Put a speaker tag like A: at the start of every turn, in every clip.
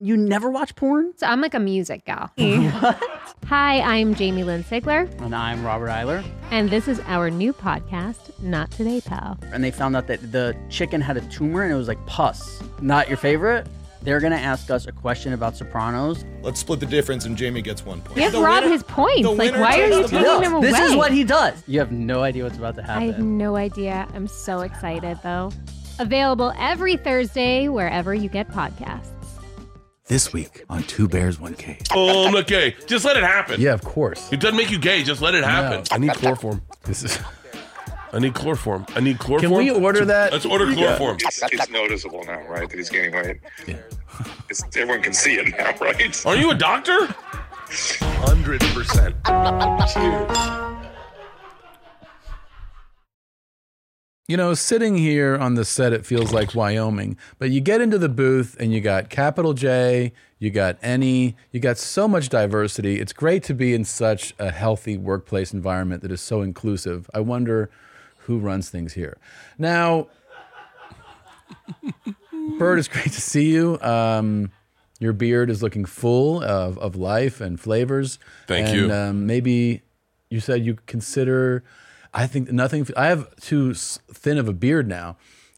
A: You never watch porn?
B: So I'm like a music gal. Hi, I'm Jamie Lynn Sigler,
C: And I'm Robert Eiler.
B: and this is our new podcast, Not Today, Pal.
C: And they found out that the chicken had a tumor and it was like pus. Not your favorite? They're going to ask us a question about Sopranos.
D: Let's split the difference, and Jamie gets one point.
B: Give Rob his points.
D: the
B: Like,
D: winner
B: why are
D: takes
B: you
D: the
B: taking
D: point.
B: him away?
C: this is what he does. You have no idea what's about to
B: I have
C: happen.
B: no idea. I'm so excited, though. Available every Thursday wherever you get podcasts.
E: This week on Two Bears, One Cage.
F: Oh, I'm not gay. Just let it happen.
E: Yeah, of course.
F: It doesn't make you gay. Just let it happen.
E: I need chloroform. This is.
F: I need chloroform. I need chloroform.
E: Can we order that?
F: Let's order chloroform.
G: It's, it's noticeable now, right? That he's gaining weight. It's, everyone can see it now, right?
F: Are you a doctor?
G: Hundred percent.
E: You know, sitting here on the set, it feels like Wyoming, but you get into the booth and you got capital J, you got any, you got so much diversity. It's great to be in such a healthy workplace environment that is so inclusive. I wonder who runs things here. Now, Bird, it's great to see you. Um, your beard is looking full of, of life and flavors.
F: Thank
E: And,
F: you.
E: Um, maybe you said you consider. I think nothing. I have too s- thin of a beard now,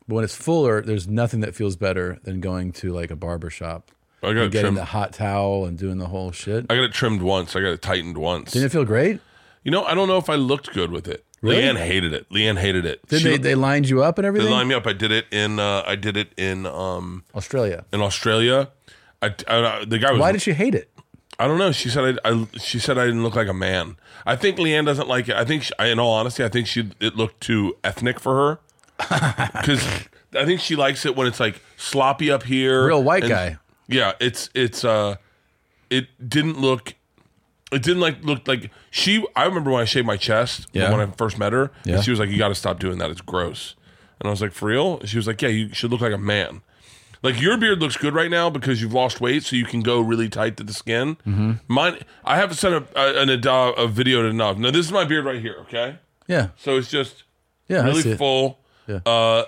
E: but when it's fuller, there's nothing that feels better than going to like a barber shop,
F: I got
E: and
F: it
E: getting
F: trimmed.
E: the hot towel and doing the whole shit.
F: I got it trimmed once. I got it tightened once.
E: Didn't it feel great?
F: You know, I don't know if I looked good with it.
E: Really?
F: Leanne hated it. Leanne hated it.
E: Did
F: She-
E: they, they lined you up and
F: they
E: everything?
F: lined me up. I did it in. Uh, I did it in. Um,
E: Australia.
F: in Australia. I, I- I- the guy was.
E: Why did she hate it?
F: I don't know. She said I, I. She said I didn't look like a man. I think Leanne doesn't like it. I think, she, I- in all honesty, I think she it looked too ethnic for her. Because I think she likes it when it's like sloppy up here.
E: Real white
F: and-
E: guy.
F: Yeah, it's it's uh, it didn't look. It didn't like look like she. I remember when I shaved my chest
E: Yeah.
F: when I first met her.
E: Yeah.
F: And she was like, "You got to stop doing that. It's gross." And I was like, "For real?" And she was like, "Yeah, you should look like a man." Like your beard looks good right now because you've lost weight, so you can go really tight to the skin.
E: Mm-hmm.
F: Mine, I have sent a, a, an, ad- a video to Nav. Now this is my beard right here. Okay,
E: Yeah,
F: so it's just
E: yeah. I see
F: really
E: it.
F: full.
E: Yeah.
F: Uh,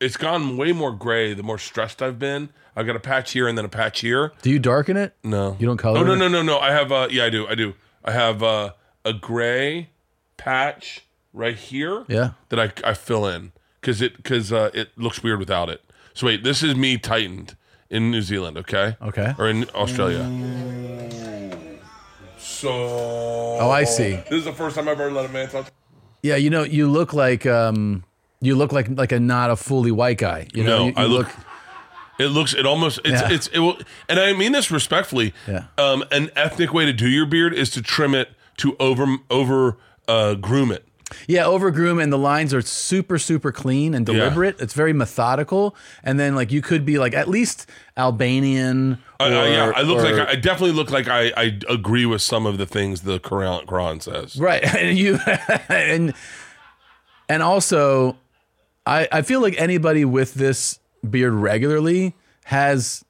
F: it's gone way more gray the more stressed I've been. I've got a patch here and then a patch here.
E: Do you darken it?
F: No,
E: You don't color
F: Oh no
E: it?
F: no no no. I have uh yeah I do I do. I have uh, a gray patch right here.
E: Yeah.
F: That I I fill in because it because uh, it looks weird without it. So wait, this is me tightened in New Zealand. Okay.
E: Okay.
F: Or in Australia. So.
E: Oh, I see.
F: This is the first time I've ever let a man touch.
E: Yeah, you know, you look like um, you look like like a not a fully white guy. You know,
F: No,
E: you, you
F: I look- It looks. It almost. It's.
E: Yeah.
F: It's. It will. And I mean this respectfully.
E: Yeah.
F: Um, an ethnic way to do your beard is to trim it to over over uh, groom it.
E: yeah, overgroom, and the lines are super super clean and deliberate. It's very methodical, and then like you could be like at least Albanian.
F: I- I- yeah,
E: or-
F: I look
E: or-
F: like I definitely look like I, I agree with some of the things the Quran, Quran says.
E: right, and you and and also, I I feel like anybody with this beard regularly has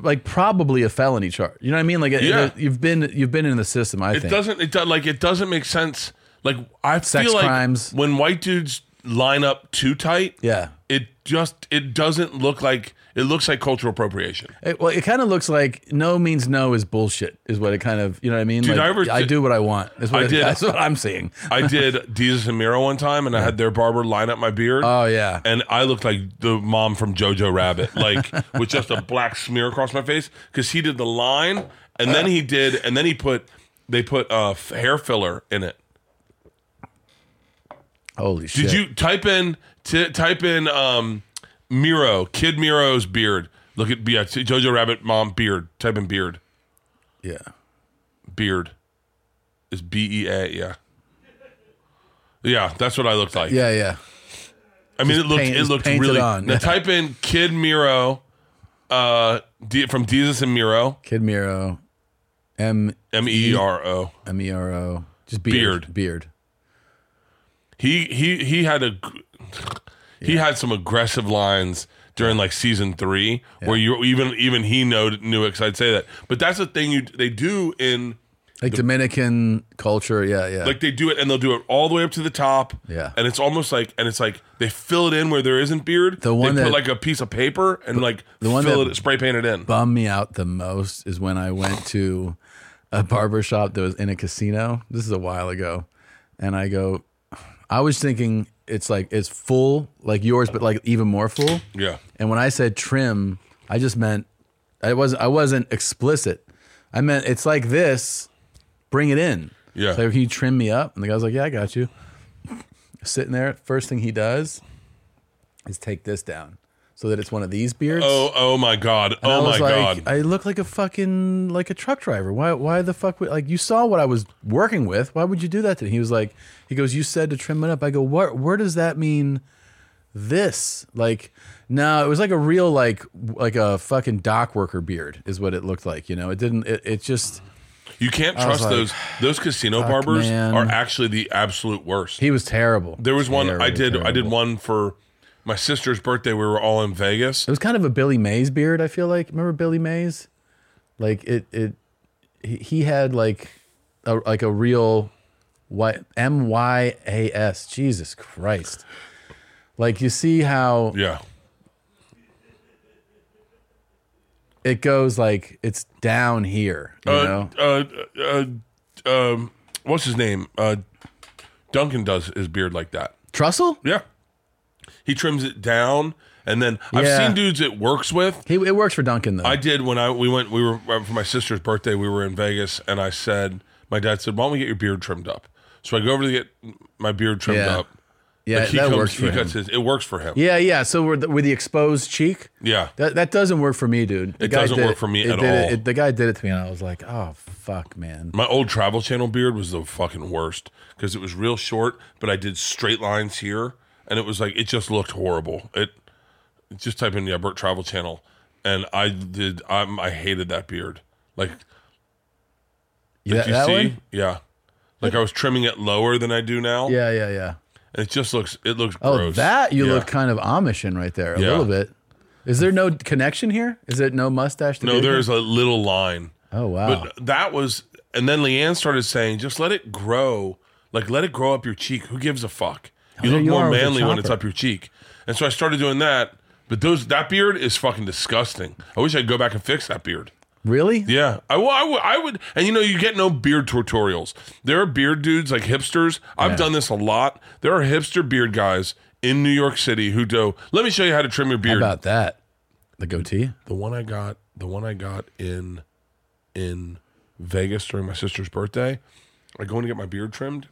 E: like probably a felony charge. You know what I mean? Like it-
F: Yeah.
E: you've been you've been in the system. I
F: It
E: think
F: doesn't it does like it doesn't make sense. Like I
E: Sex
F: feel like
E: crimes.
F: when white dudes line up too tight,
E: Yeah.
F: it just it doesn't look like it looks like cultural appropriation.
E: It, well, it kind of looks like no means no is bullshit, is what it kind of, you know what I mean?
F: Dude,
E: like,
F: I ever did-
E: do what I want. That's what,
F: I
E: it-
F: did.
E: That's what I'm seeing.
F: I did Jesus and Mira one time, and I had their barber line up my beard.
E: Oh, yeah.
F: and I looked like the mom from Jojo Rabbit, like with just a black smear across my face, because he did the line, and then he did, and then he put they put uh, f- hair filler in it.
E: Holy shit.
F: Did you type in t- type in um, Miro Kid Miro's beard? Look at yeah, Jojo Rabbit mom beard. Type in beard
E: Yeah.
F: beard is B E A yeah. Yeah, that's what I looked like.
E: Yeah, yeah.
F: I mean, it looked
E: paint-
F: it
E: just
F: looked
E: paint it
F: really.
E: on.
F: Now type in Kid Miro, uh, D, from Jesus and Miro,
E: Kid Miro, M
F: M E R O.
E: M E R O. Just beard.
F: Beard.
E: Beard.
F: He he he had a gr- he had some aggressive lines during like season three where you even even he know knew it. Cause I'd say that, but that's the thing you they do in
E: Like Dominican culture. Yeah, yeah.
F: Like they do it and they'll do it all the way up to the top.
E: Yeah.
F: And it's almost like and it's like they fill it in where there isn't beard.
E: The one
F: they
E: that-
F: put like a piece of paper and like
E: the one
F: fill
E: that-
F: it spray paint it in.
E: bummed me out the most is when I went to a barber shop that was in a casino. This is a while ago. And I go, I was thinking it's like it's full like yours, but like even more full.
F: Yeah.
E: And when I said trim, I just meant I wasn't I wasn't explicit. I meant it's like this, bring it in.
F: Yeah.
E: So can you trim me up? And the guy's like, Yeah, I got you. Sitting there, first thing he does is take this down so that it's one of these beards.
F: Oh oh my god.
E: And I
F: oh my
E: was like,
F: god.
E: I look like a fucking like a truck driver. Why why the fuck would like you saw what I was working with? Why would you do that to me? He was like he goes, You said to trim it up. I go, What where does that mean this? Like no, it was like a real like like a fucking dock worker beard is what it looked like, you know. It didn't it, it just
F: you can't
E: was
F: trust
E: like,
F: those those casino barbers
E: man.
F: are actually the absolute worst.
E: he was terrible.
F: there was one I
E: Terrible,
F: did I did
E: terrible.
F: one for my sister's birthday. We were all in Vegas.
E: It was kind of a Billy Mays beard, I feel like. Remember Billy Mays? Like it it he, he had like a like a real Y M Y A S. Jesus Christ. Like you see how
F: Yeah.
E: it goes like it's down here. You
F: Uh,
E: know?
F: uh, uh, uh, um, what's his name? Uh, Duncan does his beard like that.
E: Trussell?
F: Yeah. He trims it down and then I've
E: Yeah.
F: seen dudes it works with.
E: He it works for Duncan though.
F: I did when I we went we were uh, for my sister's birthday we were in Vegas and I said my dad said why don't we get your beard trimmed up so I go over to get my beard trimmed
E: Yeah.
F: up
E: yeah,
F: Like, he
E: that
F: comes-
E: works for
F: he
E: him.
F: cuts his- it works for him yeah,
E: yeah, yeah. So with the, with the exposed cheek, that, that doesn't work for me, dude. The
F: It doesn't
E: did
F: work for me
E: it
F: at
E: did it-
F: all.
E: it- the guy did it to me, and I was like, "Oh fuck, man."
F: my old Travel Channel beard was the fucking worst because it was real short but I did straight lines here and it was like it just looked horrible it just type in yeah Burt Travel Channel and I did I, I hated that beard like
E: Yeah,
F: Like, you
E: that
F: see?
E: one.
F: Yeah. Like I was trimming it lower than I do now.
E: Yeah, yeah, yeah.
F: And it just looks it looks
E: Oh,
F: gross.
E: that you
F: Yeah.
E: look kind of Amish in right there a
F: Yeah.
E: little bit. Is there no connection here? Is there no mustache? To
F: No,
E: beard?
F: there's a little line.
E: Oh wow.
F: But uh, that was and then Leanne started saying, just let it grow. Like let it grow up your cheek. Who gives a fuck? You
E: Oh, there
F: look
E: you
F: more
E: are with the
F: manly when it's
E: chopper.
F: up your cheek. And so I started doing that. But those that beard is fucking disgusting. I wish I could go back and fix that beard.
E: really?
F: Yeah, I, well, I, would, I would, and you know, you get no beard tutorials. There are beard dudes like hipsters. I've done this a lot. There are hipster beard guys in New York City who do. Let me show you how to trim your
E: How
F: beard.
E: about that? The goatee.
F: the one I got, the one I got in in Vegas during my sister's birthday. I go in to get my beard trimmed,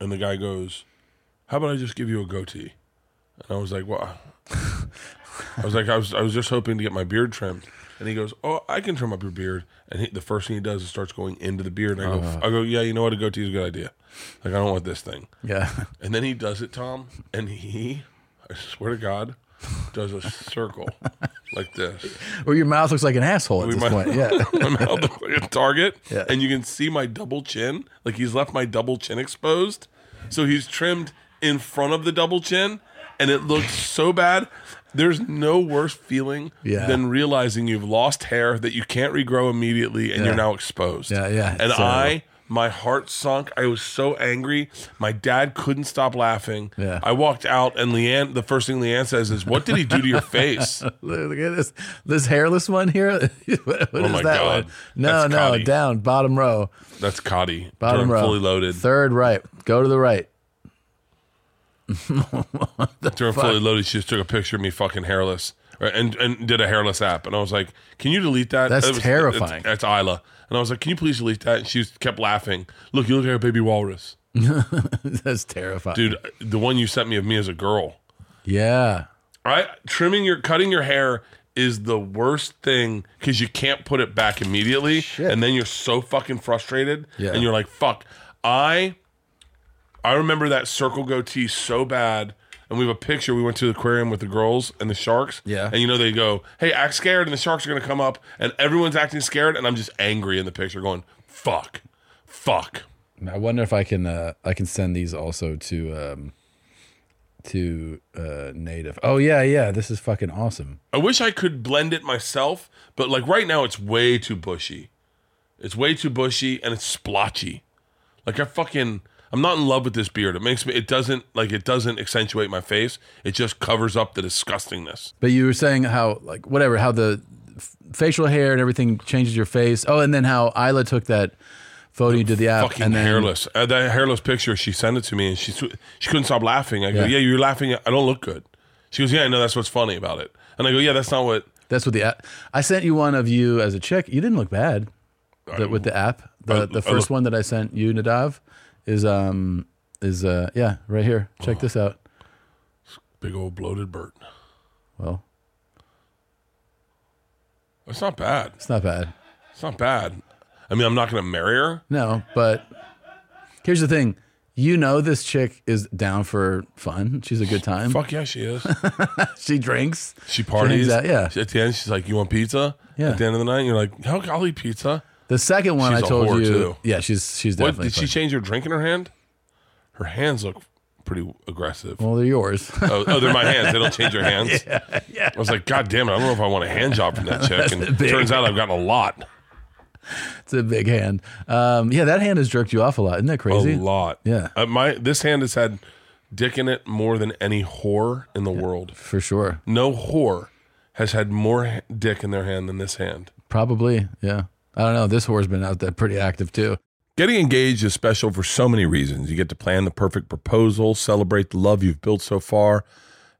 F: and the guy goes, "How about I just give you a goatee?" And I was like, "What?" I was like, "I was I was just hoping to get my beard trimmed." And he goes, "Oh, I can trim up your beard." And he, the first thing he does is starts going into the beard. And I go, "I go, yeah, you know what? A goatee is a good idea. Like, I don't want this thing."
E: Yeah.
F: And then he does it, Tom, and he, I swear to God, does a circle like this.
E: or your mouth looks like an asshole at
F: We
E: this
F: might-
E: point. Yeah.
F: my mouth looks like a target,
E: Yeah.
F: and you can see my double chin. Like he's left my double chin exposed, so he's trimmed in front of the double chin, and it looks so bad. There's no worse feeling
E: Yeah.
F: than realizing you've lost hair that you can't regrow immediately, and you're now exposed.
E: Yeah, yeah,
F: And
E: it's terrible.
F: I. My heart sunk. I was so angry. My dad couldn't stop laughing.
E: Yeah.
F: I walked out, and Leanne, the first thing Leanne says is, What did he do to your face?
E: Look at this this hairless one here. what oh
F: my
E: that
F: God.
E: one? No,
F: That's
E: no,
F: Cotty.
E: down bottom row,
F: That's Cotty.
E: bottom
F: during
E: row,
F: Fully loaded.
E: Third right. Go to the right.
F: during fully loaded, she just took a picture of me fucking hairless right, and and did a hairless app. And I was like, "Can you delete that?"
E: That's
F: That was-
E: terrifying.
F: That's, that's Isla. And I was like, "Can you please delete that?" And she just kept laughing. Look, you look like a baby walrus,
E: That's terrifying.
F: dude. The one you sent me of me as a girl.
E: Yeah.
F: Right, trimming your cutting your hair is the worst thing because you can't put it back immediately, and then you're so fucking frustrated,
E: Yeah.
F: and you're like, "Fuck, I." I remember that circle goatee so bad. And we have a picture. We went to the aquarium with the girls and the sharks.
E: Yeah.
F: And you know, they go, hey, act scared. And the sharks are going to come up. And everyone's acting scared. And I'm just angry in the picture going, fuck, fuck.
E: I wonder if I can uh, I can send these also to um, to uh, native. Oh yeah, yeah. This is fucking awesome.
F: I wish I could blend it myself. But like right now, it's way too bushy. It's way too bushy and it's splotchy. Like I fucking I'm not in love with this beard. It makes me it doesn't like it doesn't accentuate my face. It just covers up the disgustingness.
E: But you were saying how like whatever how the f- facial hair and everything changes your face. Oh, and then how Isla took that photo you did the app
F: Fucking
E: and then
F: hairless. Uh, that hairless picture she sent it to me and she sw- she couldn't stop laughing. I go,
E: Yeah.
F: "Yeah, you're laughing. I don't look good." She goes, "Yeah, I know that's what's funny about it." And I go, "Yeah, that's not what
E: That's what the app. I sent you one of you as a chick. You didn't look bad the, with the app. The
F: I-
E: the
F: I
E: first
F: look-
E: one that I sent you, Nadav, is um is uh yeah right here. Check this out.
F: big old bloated Bert.
E: Well,
F: It's not bad.
E: it's not bad.
F: It's not bad. I mean, I'm not going to marry her.
E: No, but here's the thing. You know this chick is down for fun. She's a good time.
F: Fuck yeah, she is.
E: She drinks.
F: She parties.
E: out, yeah.
F: At the end, she's like, "You want pizza?"
E: Yeah.
F: At the end of the night, you're like, "Hell, I'll eat pizza."
E: The second one
F: She's
E: I
F: a
E: told
F: whore,
E: you.
F: too.
E: Yeah, she's she's
F: What
E: definitely.
F: did she
E: fun.
F: change her drink in her hand? Her hands look pretty aggressive.
E: well, they're yours.
F: oh, oh, they're my hands. They don't change your hands. yeah, yeah. I was like, "God damn it! I don't know if I want a hand job from that chick." And
E: big.
F: turns out I've gotten a lot,
E: it's a big hand. Um, yeah, that hand has jerked you off a lot. Isn't that
F: a
E: crazy?
F: lot.
E: Yeah.
F: Uh, my this hand has had dick in it more than any whore in the world.
E: For sure.
F: No whore has had more ha- dick in their hand than this hand.
E: Probably. Yeah. I don't know. This whore's been out there pretty active too.
F: Getting engaged is special for so many reasons. You get to plan the perfect proposal, celebrate the love you've built so far,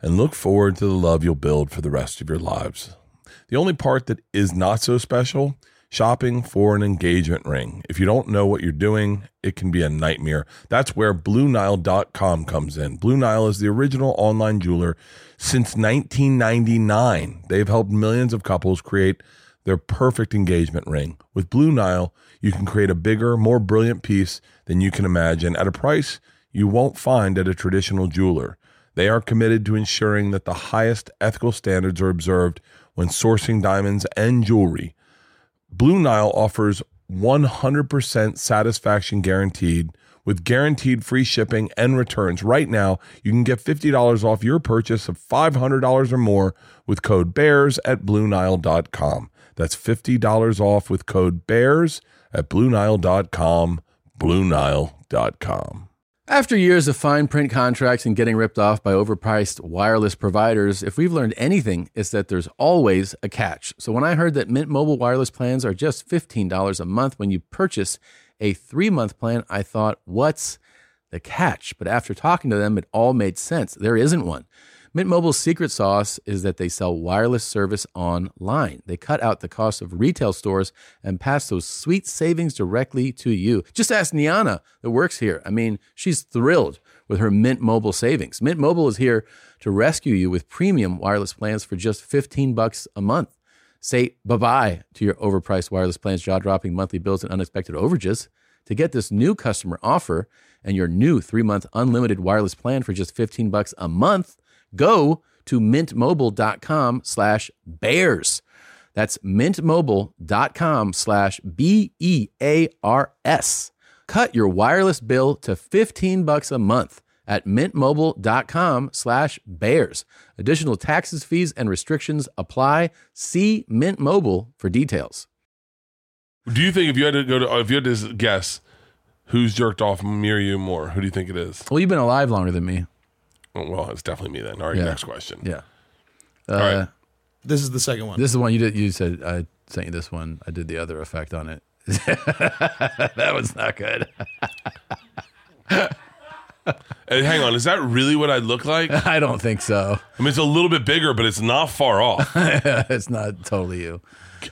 F: and look forward to the love you'll build for the rest of your lives. The only part that is not so special shopping for an engagement ring. If you don't know what you're doing, it can be a nightmare. That's where BlueNile.com comes in. Blue Nile is the original online jeweler since 1999. They've helped millions of couples create their perfect engagement ring. With Blue Nile, you can create a bigger, more brilliant piece than you can imagine at a price you won't find at a traditional jeweler. They are committed to ensuring that the highest ethical standards are observed when sourcing diamonds and jewelry. Blue Nile offers 100% satisfaction guaranteed with guaranteed free shipping and returns. Right now, you can get $50 off your purchase of $500 or more with code BEARS at BlueNile.com. That's $50 off with code BEARS at BlueNile.com. BlueNile.com.
E: After years of fine print contracts and getting ripped off by overpriced wireless providers, if we've learned anything, it's that there's always a catch. So when I heard that Mint Mobile wireless plans are just $15 a month when you purchase a three month plan, I thought, what's the catch? But after talking to them, it all made sense. There isn't one. Mint Mobile's secret sauce is that they sell wireless service online. They cut out the cost of retail stores and pass those sweet savings directly to you. Just ask Niana that works here. I mean, she's thrilled with her Mint Mobile savings. Mint Mobile is here to rescue you with premium wireless plans for just 15 bucks a month. Say bye bye to your overpriced wireless plans, jaw dropping monthly bills, and unexpected overages. To get this new customer offer and your new three month unlimited wireless plan for just 15 bucks a month, go to mintmobile.com slash bears. That's mintmobile.com slash B E A R S. Cut your wireless bill to 15 bucks a month at mintmobile.com slash bears. Additional taxes, fees, and restrictions apply. See Mint Mobile for details.
F: Do you think if you had to go to, if you had to guess who's jerked off near you more, who do you think it is?
E: Well, you've been alive longer than me.
F: Oh, well, it's definitely me then. All right,
E: Yeah.
F: next question.
E: Yeah. Uh,
F: All right.
D: This is the second one.
E: This is the one you did. You said I sent you this one. I did the other effect on it. that was not good.
F: Hey, hang on, is that really what I look like? I
E: I don't think so.
F: mean, it's a little bit bigger, but it's not far off.
E: it's not totally you.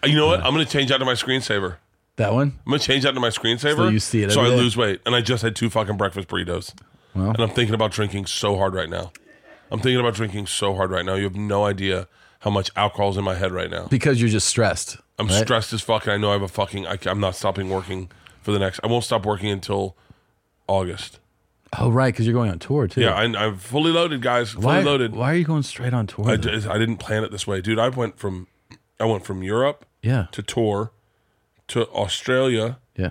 F: you know what? I'm going to change that to my screensaver.
E: That one.
F: I'm going to change that to my screensaver.
E: So you see it
F: So I
E: every day.
F: lose weight, and I just had two fucking breakfast burritos, and I'm thinking about drinking so hard right now. I'm thinking about drinking so hard right now. You have no idea how much alcohol's in my head right now.
E: Because you're just stressed.
F: I'm
E: right?
F: stressed as fuck, and I know I have a fucking. I, am not stopping working for the next. I won't stop working until August.
E: Oh right, because you're going on tour too.
F: Yeah, I, I'm fully loaded, guys. Fully
E: why,
F: loaded.
E: Why are you going straight on tour?
F: I,
E: though?
F: just, I didn't plan it this way, dude. I went from, I went from Europe
E: yeah.
F: to tour, to Australia
E: Yeah.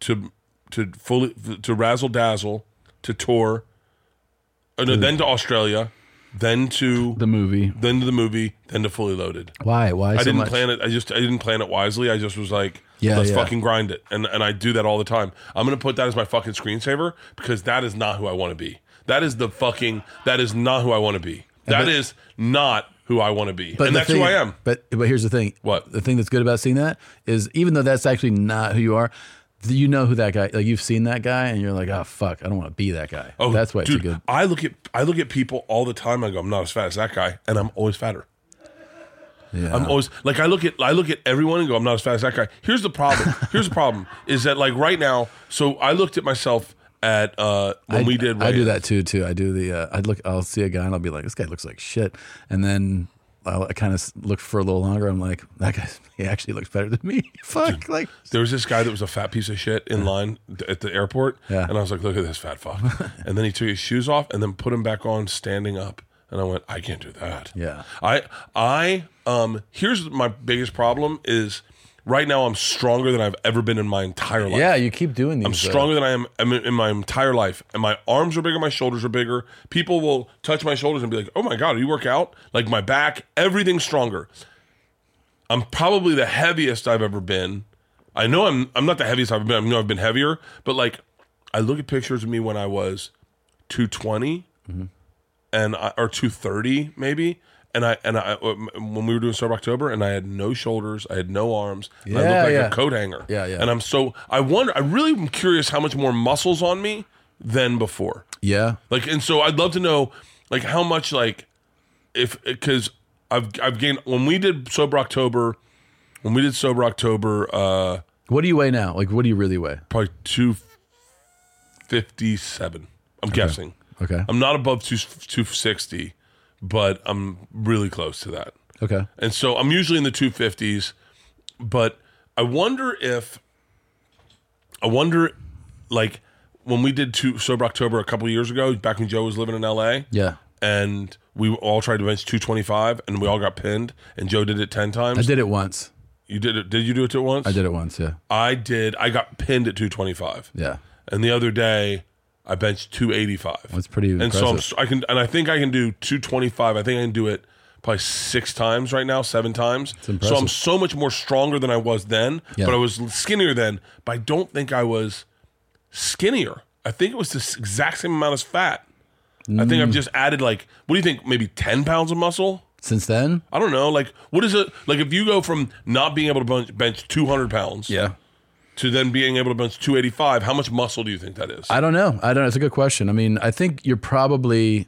F: to to fully to razzle dazzle to tour, uh, no, then to Australia, then to
E: the movie.
F: then to the movie, then to Fully Loaded.
E: Why? Why?
F: I
E: so
F: didn't
E: much?
F: plan it. I just I didn't plan it wisely. I just was like,
E: Yeah,
F: let's
E: yeah.
F: fucking grind it, and and I do that all the time. I'm gonna put that as my fucking screensaver because that is not who I want to be. That is the fucking. That is not who I want to be. That is not who I want to be, and
E: the
F: that's
E: thing-
F: who I am.
E: But but here's the thing.
F: What?
E: the thing that's good about seeing that is even though that's actually not who you are, th- you know who that guy. Like you've seen that guy, and you're like, oh fuck, I don't want to be that guy.
F: Oh,
E: that's why
F: dude,
E: it's a good.
F: I look at I look at people all the time. I go, I'm not as fat as that guy, and I'm always fatter.
E: Yeah.
F: I'm always like I look at I look at everyone and go, I'm not as fat as that guy. Here's the problem. Here's the problem is that like right now, so I looked at myself at uh when
E: I-
F: we did.
E: I do
F: Ray-
E: that too. Too. I do the. Uh, I'd look. I'll see a guy and I'll be like, this guy looks like shit, and then. I'll- I kind of look for a little longer. I'm like, that guy, he actually looks better than me. Fuck, like,
F: There was this guy that was a fat piece of shit in line th- at the airport,
E: Yeah.
F: and I was like, "Look at this fat fuck!" and then he took his shoes off and then put them back on standing up, and I went, "I can't do that."
E: Yeah.
F: I I um here's my biggest problem is right now I'm stronger than I've ever been in my entire life.
E: yeah, you keep doing these.
F: I'm
E: uh,
F: stronger than I am I'm in in my entire life, and my arms are bigger, my shoulders are bigger. People will touch my shoulders and be like, "Oh my god, you work out!" Like my back, everything's stronger. I'm probably the heaviest I've ever been. I know I'm I'm not the heaviest I've been. I know I've been heavier, but like I look at pictures of me when I was 220
E: Mm-hmm.
F: and I, or 230 maybe. And I and I uh, when we were doing Sober October and I had no shoulders, I had no arms, and I
E: Yeah,
F: looked like
E: yeah.
F: a coat hanger.
E: Yeah, yeah.
F: And I'm so I wonder. I really am curious how much more muscles on me than before.
E: Yeah.
F: Like, and so I'd love to know, like, how much, like, if because I've I've gained when we did sober October, when we did sober October, uh,
E: What do you weigh now? Like, what do you really weigh?
F: probably two fifty seven. I'm guessing.
E: Okay.
F: I'm not above two two sixty, but I'm really close to that.
E: okay.
F: And so I'm usually in the 250s, but I wonder if I wonder like when we did two sober October a couple years ago, back when Joe was living in LA.
E: Yeah.
F: And we all tried to bench 225 and we all got pinned and Joe did it 10 times.
E: I did it once.
F: You did it did you do it at once?
E: I did it once. Yeah.
F: I did. I got pinned at 225.
E: Yeah.
F: And the other day I benched 285.
E: That's pretty
F: and
E: impressive.
F: so I'm, str- I can, and I think I can do 225. I think I can do it probably six times right now, seven times. So I'm
E: impressive.
F: so much more stronger than I was then,
E: Yeah.
F: but I was skinnier then. But I don't think I was skinnier. I think it was the s- exact same amount as fat. I
E: Mm.
F: think I've just added like, what do you think? Maybe 10 pounds of muscle?
E: Since then,
F: I don't know. Like, what is it? Like, if you go from not being able to bench, bench 200 pounds to then being able to bench 285, how much muscle do you think that is?
E: I don't know. I don't. know. It's a good question. I mean, I think you're probably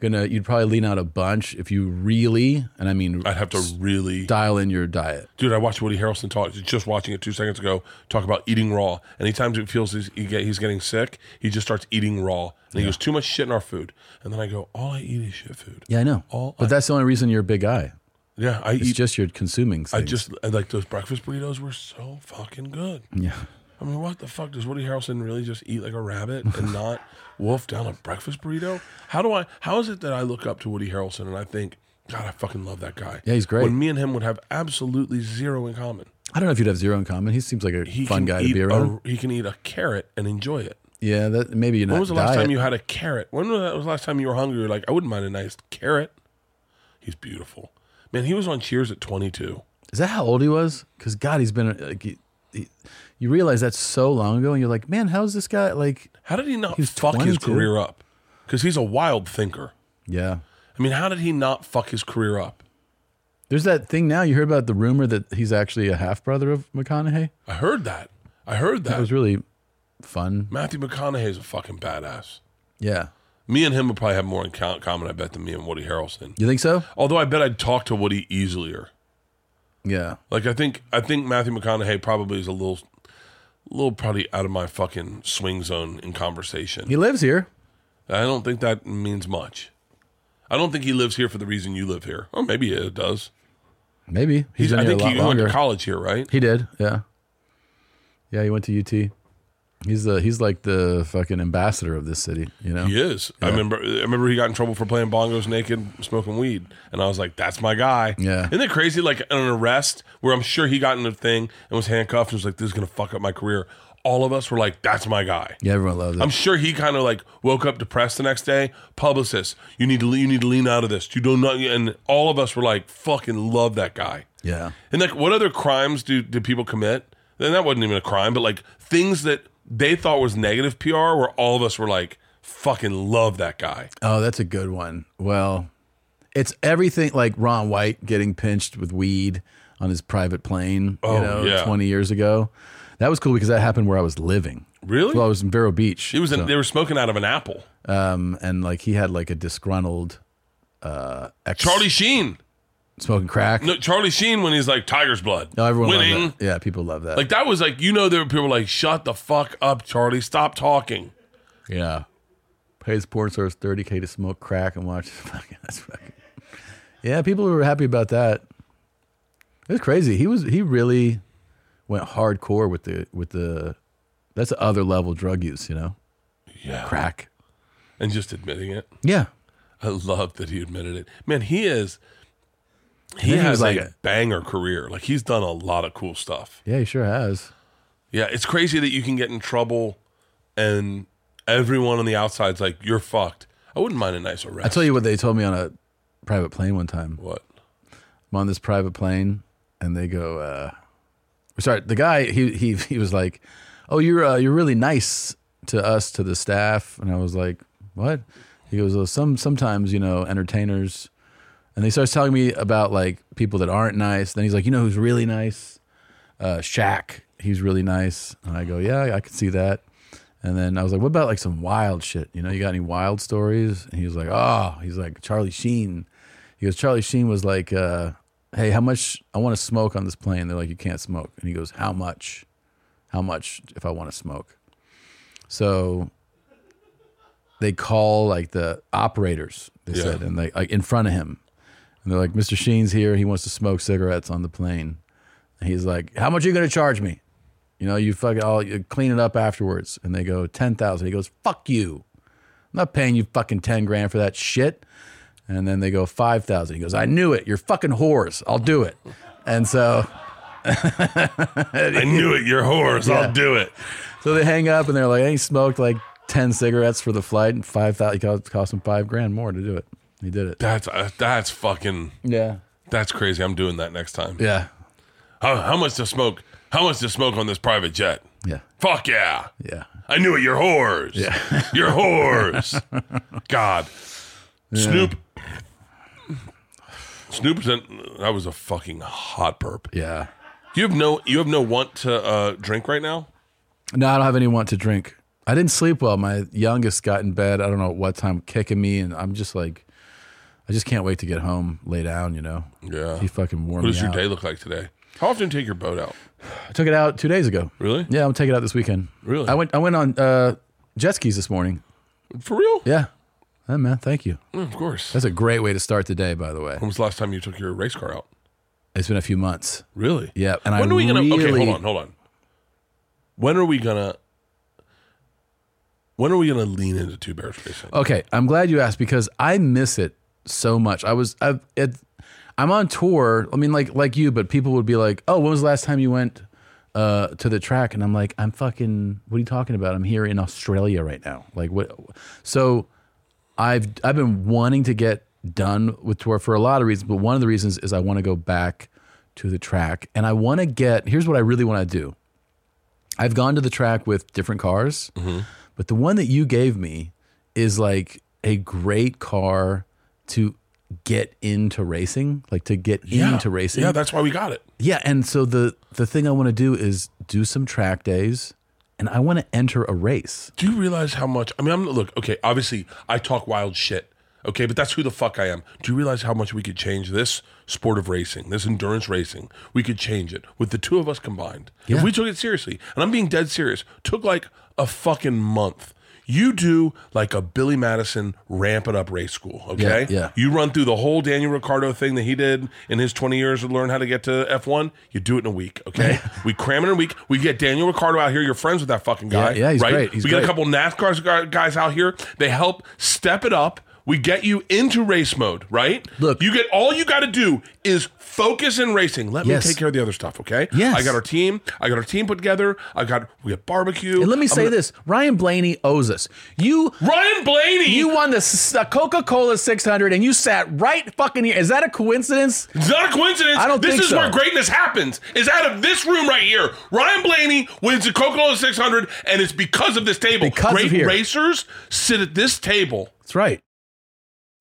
E: gonna. You'd probably lean out a bunch if you really, and I mean,
F: I'd have to really
E: dial in your diet.
F: Dude, I watched Woody Harrelson talk. Just watching it two seconds ago, talk about eating raw. Anytime he feels he's, he get, he's getting sick, he just starts eating raw. And he goes, "Too much shit in our food." And then I go, "All I eat is shit food."
E: Yeah, I know.
F: All
E: but
F: I-
E: that's the only reason you're a big guy.
F: yeah. I
E: It's
F: eat.
E: just you're consuming.
F: I
E: Things.
F: just I like those breakfast burritos were so fucking good.
E: Yeah.
F: I mean, what the fuck does Woody Harrelson really just eat like a rabbit and not wolf down a breakfast burrito? How do I? How is it that I look up to Woody Harrelson and I think, God, I fucking love that guy.
E: Yeah, he's great.
F: When me and him would have absolutely zero in common.
E: I don't know if you'd have zero in common. He seems like a
F: he
E: fun
F: can
E: guy
F: eat
E: to be around.
F: A, he can eat a carrot and enjoy it.
E: yeah. That maybe you're not.
F: When was the last
E: diet.
F: time you had a carrot? When was that- was the last time you were hungry? You're like, I wouldn't mind a nice carrot. He's beautiful, man. He was on Cheers at 22.
E: Is that how old he was? Because God, he's been like. He, he- you realize that's so long ago, and you're like, man, how's this guy like?
F: How did he not
E: He was
F: fuck his
E: 22?
F: career up? Because he's a wild thinker.
E: Yeah.
F: I mean, how did he not fuck his career up?
E: There's that thing now. You heard about the rumor that he's actually a half brother of McConaughey.
F: I heard that. I heard that.
E: That was really fun.
F: Matthew McConaughey's a fucking badass.
E: Yeah.
F: Me and him would probably have more in co- common, I bet, than me and Woody Harrelson.
E: You think so?
F: Although I bet I'd talk to Woody easier.
E: Yeah.
F: Like I think I think Matthew McConaughey probably is a little little probably out of my fucking swing zone in conversation.
E: He lives here.
F: I don't think that means much. I don't think he lives here for the reason you live here. Oh, maybe it does.
E: Maybe. He's,
F: He's,
E: been
F: I
E: here
F: think
E: a lot
F: he went
E: longer.
F: to college here, right?
E: He did. Yeah. Yeah, he went to UT. He's the he's like the fucking ambassador of this city, you know?
F: He is. I remember. I remember he got in trouble for playing bongos naked, smoking weed, and I was like, "That's my guy."
E: Yeah.
F: Isn't it crazy? Like an arrest where I'm sure he got in a thing and was handcuffed and was like, "This is gonna fuck up my career." all of us were like, "That's my guy."
E: Yeah, everyone loves it.
F: I'm sure he kind of like woke up depressed the next day. Publicist, you need to you need to lean out of this. You do not, and all of us were like, "Fucking love that guy."
E: yeah.
F: And like, what other crimes do do people commit? And that wasn't even a crime, but like things that they thought was negative PR, where all of us were like, "Fucking love that guy."
E: Oh, that's a good one. Well, it's everything like Ron White getting pinched with weed on his private plane, you
F: Oh,
E: know,
F: yeah.
E: 20 years ago. That was cool because that happened where I was living.
F: Really?
E: Well, I was in Vero Beach.
F: It was an, they were smoking out of an apple.
E: um, and like he had like a disgruntled uh, ex
F: Charlie Sheen.
E: smoking crack.
F: No, Charlie Sheen when he's like Tiger's Blood.
E: No, everyone loved
F: winning.
E: that. Yeah, people love that.
F: Like that was like you know there were people like shut the fuck up Charlie stop talking
E: yeah. Pays porn stars 30K to smoke crack and watch. Fucking, that's fucking. Yeah, people were happy about that. It was crazy. He was he really went hardcore with the with the that's the other level drug use, you know?
F: yeah
E: Crack.
F: and just admitting it
E: Yeah.
F: I love that he admitted it man he is he
E: then he
F: has
E: was
F: like,
E: like-
F: a banger career like he's done a lot of cool stuff
E: Yeah, he sure has.
F: yeah it's crazy that you can get in trouble and everyone on the outside's like you're fucked I wouldn't mind a nice arrest
E: I tell you what they told me on a private plane one time.
F: what
E: I'm on this private plane, and they go, uh, "Sorry." The guy he he he was like, "Oh, you're uh, you're really nice to us to the staff," and I was like, "What?" He goes, "Well, some sometimes you know entertainers," and he starts telling me about like people that aren't nice. Then he's like, "You know who's really nice? Uh, Shaq. He's really nice." And I go, "Yeah, I can see that." And then I was like, "What about like some wild shit? You know, you got any wild stories?" And he was like, "Oh, he's like Charlie Sheen." He goes, Charlie Sheen was like, uh, "Hey, how much I want to smoke on this plane?" They're like, "You can't smoke." And he goes, "How much? How much if I want to smoke?" So they call like the operators. They
F: Yeah.
E: said, and they like in front of him, and they're like, "Mr. Sheen's here. He wants to smoke cigarettes on the plane." And he's like, "How much are you going to charge me?" You know, you fucking all you clean it up afterwards. And they go ten thousand. He goes, "Fuck you." I'm not paying you fucking 10 grand for that shit. And then they go 5,000. He goes, I knew it. You're fucking whores. I'll do it. And so,
F: I knew it you're whores I'll do it
E: so they hang up and they're like, hey, he smoked like 10 cigarettes for the flight and 5,000 cost, cost him five grand more to do it. He did it.
F: that's uh, that's fucking
E: Yeah.
F: that's crazy I'm doing that next time
E: Yeah.
F: how, how much to smoke how much to smoke on this private jet
E: Yeah.
F: fuck yeah
E: Yeah.
F: I knew it. You're whores. You're whores. God. Snoop. Snoop. That was a fucking hot burp.
E: Yeah.
F: You have no. You have no want to uh, drink right now.
E: No, I don't have any want to drink. I didn't sleep well. My youngest got in bed. I don't know at what time, kicking me. And I'm just like, I just can't wait to get home, lay down, you know?
F: Yeah.
E: He fucking warmed
F: What
E: me
F: does your
E: out.
F: day look like today? How often do you take your boat out?
E: I took it out two days ago.
F: Really?
E: Yeah, I'm taking it out this weekend.
F: Really?
E: I went I went on uh, jet skis this morning.
F: For real?
E: Yeah. Oh, man, thank you.
F: Mm, of course.
E: That's a great way to start the day, by the way.
F: when was the last time you took your race car out?
E: It's been a few months.
F: Really?
E: Yeah, and I
F: when are we gonna? Okay,
E: really-
F: hold on, hold on. When are we gonna? When are we gonna lean into two bears racing?
E: Okay, I'm glad you asked because I miss it so much. I was I've, it, I'm on tour. I mean, like like you, but people would be like, "Oh, when was the last time you went uh, to the track?" And I'm like, "I'm fucking. What are you talking about? I'm here in Australia right now. Like what?" So I've I've been wanting to get done with tour for a lot of reasons, but one of the reasons is I want to go back to the track, and I want to get. Here's what I really want to do. I've gone to the track with different cars,
F: Mm-hmm.
E: but the one that you gave me is like a great car to get into racing, like to get into racing.
F: Yeah, that's why we got it.
E: Yeah, and so the the thing I want to do is do some track days, and I want to enter a race.
F: Do you realize how much? I mean, I'm look okay. Obviously, I talk wild shit. Okay, but that's who the fuck I am. Do you realize how much we could change this sport of racing, this endurance racing? We could change it with the two of us combined. If we took it seriously, and I'm being dead serious, took like a fucking month. You do like a Billy Madison ramp it up race school, okay?
E: Yeah, yeah.
F: You run through the whole Daniel Ricardo thing that he did in his 20 years to learn how to get to F1. You do it in a week, okay? we cram it in a week. We get Daniel Ricardo out here. You're friends with that fucking guy.
E: Yeah, yeah, he's
F: right?
E: great. He's
F: we get
E: great.
F: a couple NASCAR guys out here. They help step it up. We get you into race mode, right?
E: Look.
F: you get all you got to do is focus in racing. Let
E: Yes.
F: me take care of the other stuff, okay?
E: Yes.
F: I got our team. I got our team put together. I got we got barbecue.
E: And let me
F: I'm
E: say
F: gonna-
E: this: Ryan Blaney owes us. You
F: Ryan Blaney.
E: you won the s- the Coca Cola 600, and you sat right fucking here. Is that a coincidence?
F: It's not a coincidence.
E: I don't
F: this
E: think
F: is
E: so.
F: where greatness happens. Is out of this room right here. Ryan Blaney wins the Coca-Cola 600, and it's because of this table.
E: Because of
F: Great
E: here.
F: racers sit at this table.
E: That's right.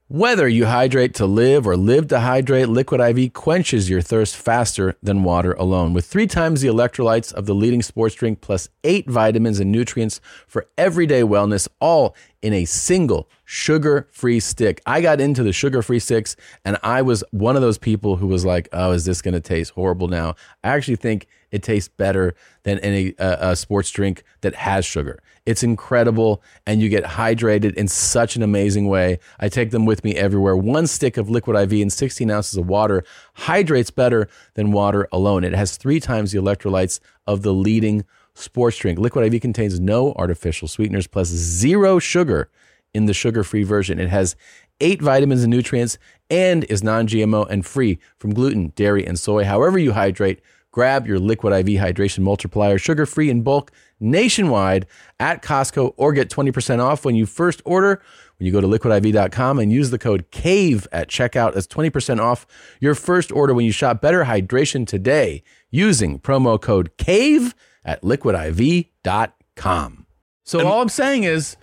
E: Whether you hydrate to live or live to hydrate, Liquid IV quenches your thirst faster than water alone. With three times the electrolytes of the leading sports drink, plus eight vitamins and nutrients for everyday wellness, all in a single sugar free stick. I got into the sugar free sticks, and I was one of those people who was like, oh, is this going to taste horrible now? I actually think it tastes better than any uh, uh, sports drink that has sugar. It's incredible, and you get hydrated in such an amazing way. I take them with me everywhere. One stick of liquid IV and 16 ounces of water hydrates better than water alone. It has three times the electrolytes of the leading sports drink. Liquid IV contains no artificial sweeteners plus zero sugar in the sugar free version. It has eight vitamins and nutrients and is non GMO and free from gluten, dairy, and soy. However, you hydrate, grab your Liquid IV Hydration Multiplier sugar free in bulk nationwide at Costco or get 20% off when you first order. When you go to liquidiv.com and use the code CAVE at checkout, that's 20% off your first order when you shop Better Hydration today using promo code CAVE at liquidiv.com. So all I'm saying is,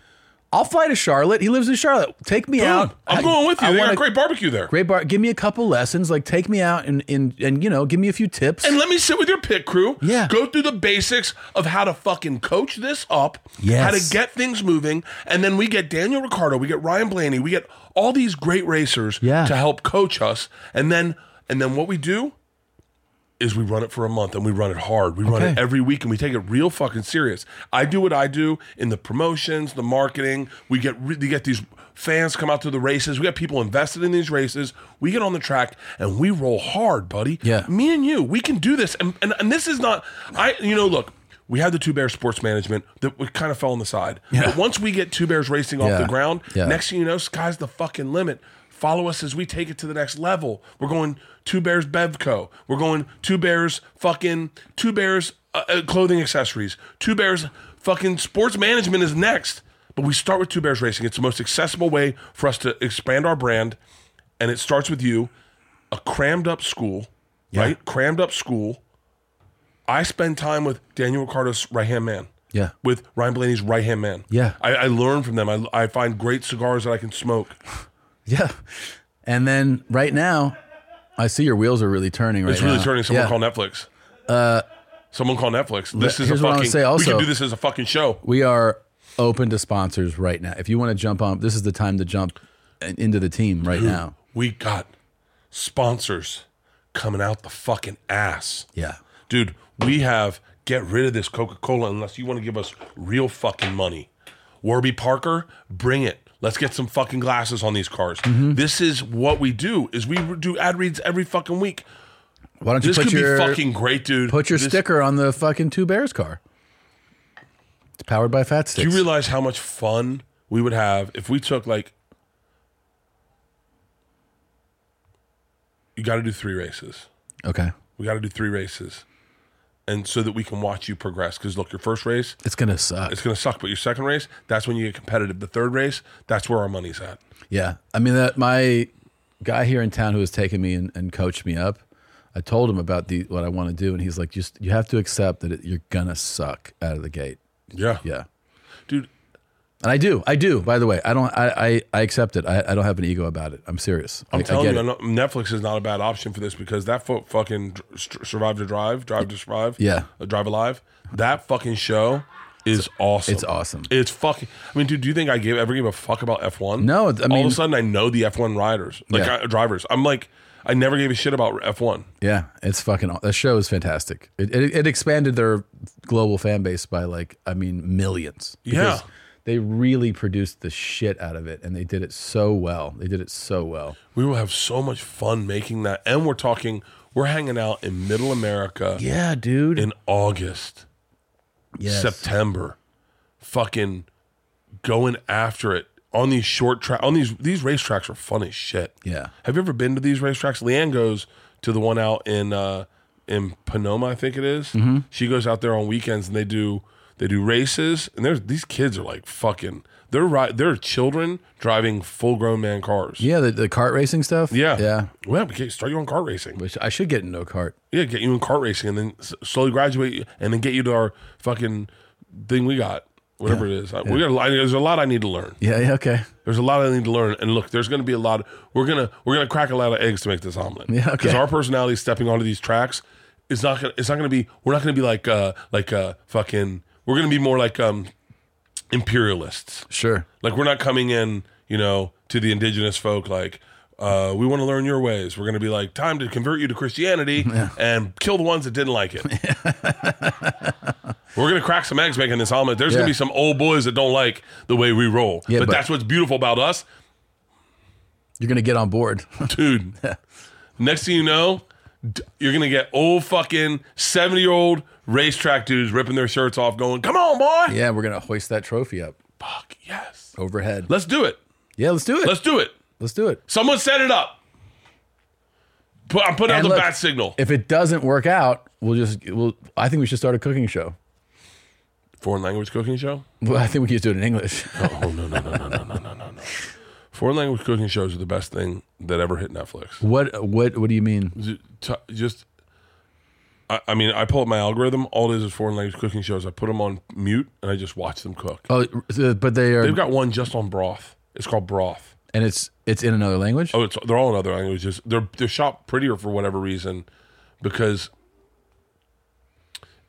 E: I'll fly to Charlotte. He lives in Charlotte. Take me out.
F: I'm
E: I-
F: going with you.
E: I
F: they got
E: wanna-
F: great barbecue there.
E: great bar. Give me a couple lessons. Like take me out and and, and you know give me a few tips.
F: And let me sit with your pit crew.
E: Yeah.
F: Go through the basics of how to fucking coach this up.
E: Yes.
F: How to get things moving. And then we get Daniel Ricardo, we get Ryan Blaney, we get all these great racers
E: Yeah.
F: to help coach us. And then and then what we do is we run it for a month and we run it hard. We run it
E: Okay.
F: every week and we take it real fucking serious. I do what I do in the promotions, the marketing. We get re- we get these fans come out to the races. We got people invested in these races. We get on the track and we roll hard, buddy.
E: Yeah.
F: Me and you, we can do this. And and, and this is not I you know, look, we had the Two Bears sports management that we kind of fell on the side. But once we get Two Bears racing off
E: Yeah.
F: the ground,
E: Yeah.
F: next thing you know, sky's the fucking limit. Follow us as we take it to the next level. We're going Two Bears Bevco. We're going Two Bears fucking Two Bears uh, uh, clothing accessories. Two Bears fucking sports management is next. But we start with Two Bears Racing. It's the most accessible way for us to expand our brand, and it starts with you, a crammed up school, right? Crammed up school. I spend time with Daniel Ricardo's right hand man.
E: Yeah.
F: With Ryan Blaney's right hand man.
E: Yeah.
F: I, I learn from them. I, I find great cigars that I can smoke.
E: yeah. And then right now, I see your wheels are really turning right
F: It's really
E: now.
F: turning. Someone
E: Yeah.
F: call Netflix. Uh, someone call Netflix. This is a
E: here's what I wanna
F: fucking.
E: say
F: we
E: also.
F: can do this as a fucking show.
E: We are open to sponsors right now. If you want to jump on, this is the time to jump into the team right now.
F: We got sponsors coming out the fucking ass.
E: Yeah.
F: Dude, we have get rid of this Coca Cola unless you want to give us real fucking money. Warby Parker, bring it. Let's get some fucking glasses on these cars.
E: Mm-hmm.
F: This is what we do. Is we do ad reads every fucking week.
E: Why don't you
F: This
E: put
F: could
E: your
F: be fucking great, dude.
E: put your
F: This-
E: sticker on the fucking two bears car? It's powered by Fat Sticks.
F: Do you realize how much fun we would have if we took like? You got to do three races.
E: okay.
F: We got to do three races, and so that we can watch you progress. Because look, your first race,
E: It's gonna suck.
F: it's gonna suck, but your second race, that's when you get competitive. The third race, that's where our money's at.
E: Yeah. I mean that my guy here in town who was taking me and, and coached me up, I told him about the what I want to do and he's like just you have to accept that it, you're gonna suck out of the gate.
F: Yeah,
E: Yeah.
F: dude.
E: And I do. I do. By the way, I don't I I, I accept it. I, I don't have an ego about it. I'm serious.
F: I'm
E: I,
F: telling
E: I
F: you,
E: get
F: I'm
E: it.
F: not, Netflix is not a bad option for this because that fo- fucking dr- st- Survive to Drive, Drive to Survive,
E: Yeah.
F: uh, Drive Alive. That fucking show is awesome.
E: it's awesome.
F: It's fucking. I mean, dude, do you think I gave ever gave a fuck about F one?
E: No, I
F: all
E: mean-
F: of a sudden I know the F one riders, like
E: Yeah.
F: I, drivers. I'm like, I never gave a shit about F one.
E: Yeah, it's fucking aw- that show is fantastic. It, it it expanded their global fan base by like I mean millions. because
F: Yeah.
E: They really produced the shit out of it and they did it so well. They did it so well.
F: We will have so much fun making that, and we're talking. We're hanging out in Middle America
E: Yeah, dude.
F: in August,
E: yes.
F: September, fucking going after it. on these short track on these these racetracks are fun as shit.
E: Yeah.
F: Have you ever been to these racetracks? Leanne goes to the one out in uh, in Panoma, I think it is.
E: Mm-hmm.
F: She goes out there on weekends and they do they do races and there's these kids are like fucking they're right they're children driving full grown man cars.
E: Yeah, the, the kart racing stuff.
F: Yeah.
E: Yeah.
F: Well, we can start you on kart racing.
E: Which I should get into a kart.
F: Yeah, get you in kart racing and then s- slowly graduate you and then get you to our fucking thing we got. Whatever it is, I- we got. A lot, there's a lot I need to learn.
E: Yeah, yeah, okay.
F: There's a lot I need to learn, and look, there's going to be a lot. We're gonna we're gonna crack a lot of eggs to make this omelet.
E: Yeah, okay.
F: Because our personality stepping onto these tracks is not gonna it's not gonna be we're not gonna be like uh like uh fucking we're gonna be more like um imperialists.
E: Sure.
F: Like we're not coming in, you know, to the indigenous folk like uh, we want to learn your ways. We're going to be like, time to convert you to Christianity and kill the ones that didn't like it. We're going to crack some eggs making this omelet. There's going
E: Yeah.
F: to be some old boys that don't like the way we roll.
E: Yeah,
F: but,
E: but-
F: that's what's beautiful about us,
E: You're gonna get on board.
F: dude. Next thing you know, d- you're going to get old fucking 70 year old racetrack dudes ripping their shirts off, going, come on, boy.
E: yeah, we're gonna hoist that trophy up
F: Fuck, yes.
E: overhead.
F: Let's do it.
E: yeah, let's do it.
F: Let's do it.
E: Let's do it.
F: Someone set it up. Put, I'm putting out
E: And
F: the
E: look,
F: bat signal.
E: If it doesn't work out, we'll just we'll. I think we should start a cooking show.
F: Foreign language cooking show?
E: Well, I think we can just do it in English.
F: Oh no no no no no no no no no. Foreign language cooking shows are the best thing that ever hit Netflix.
E: what what what do you mean?
F: Ju- t- Just, I, I mean, I pull up my algorithm. All it is is foreign language cooking shows. I put them on mute and I just watch them cook.
E: Oh, so- but they are,
F: They've got one just on broth. It's called broth.
E: and it's it's in another language.
F: Oh, it's they're all in other languages. They're they're shot prettier for whatever reason, because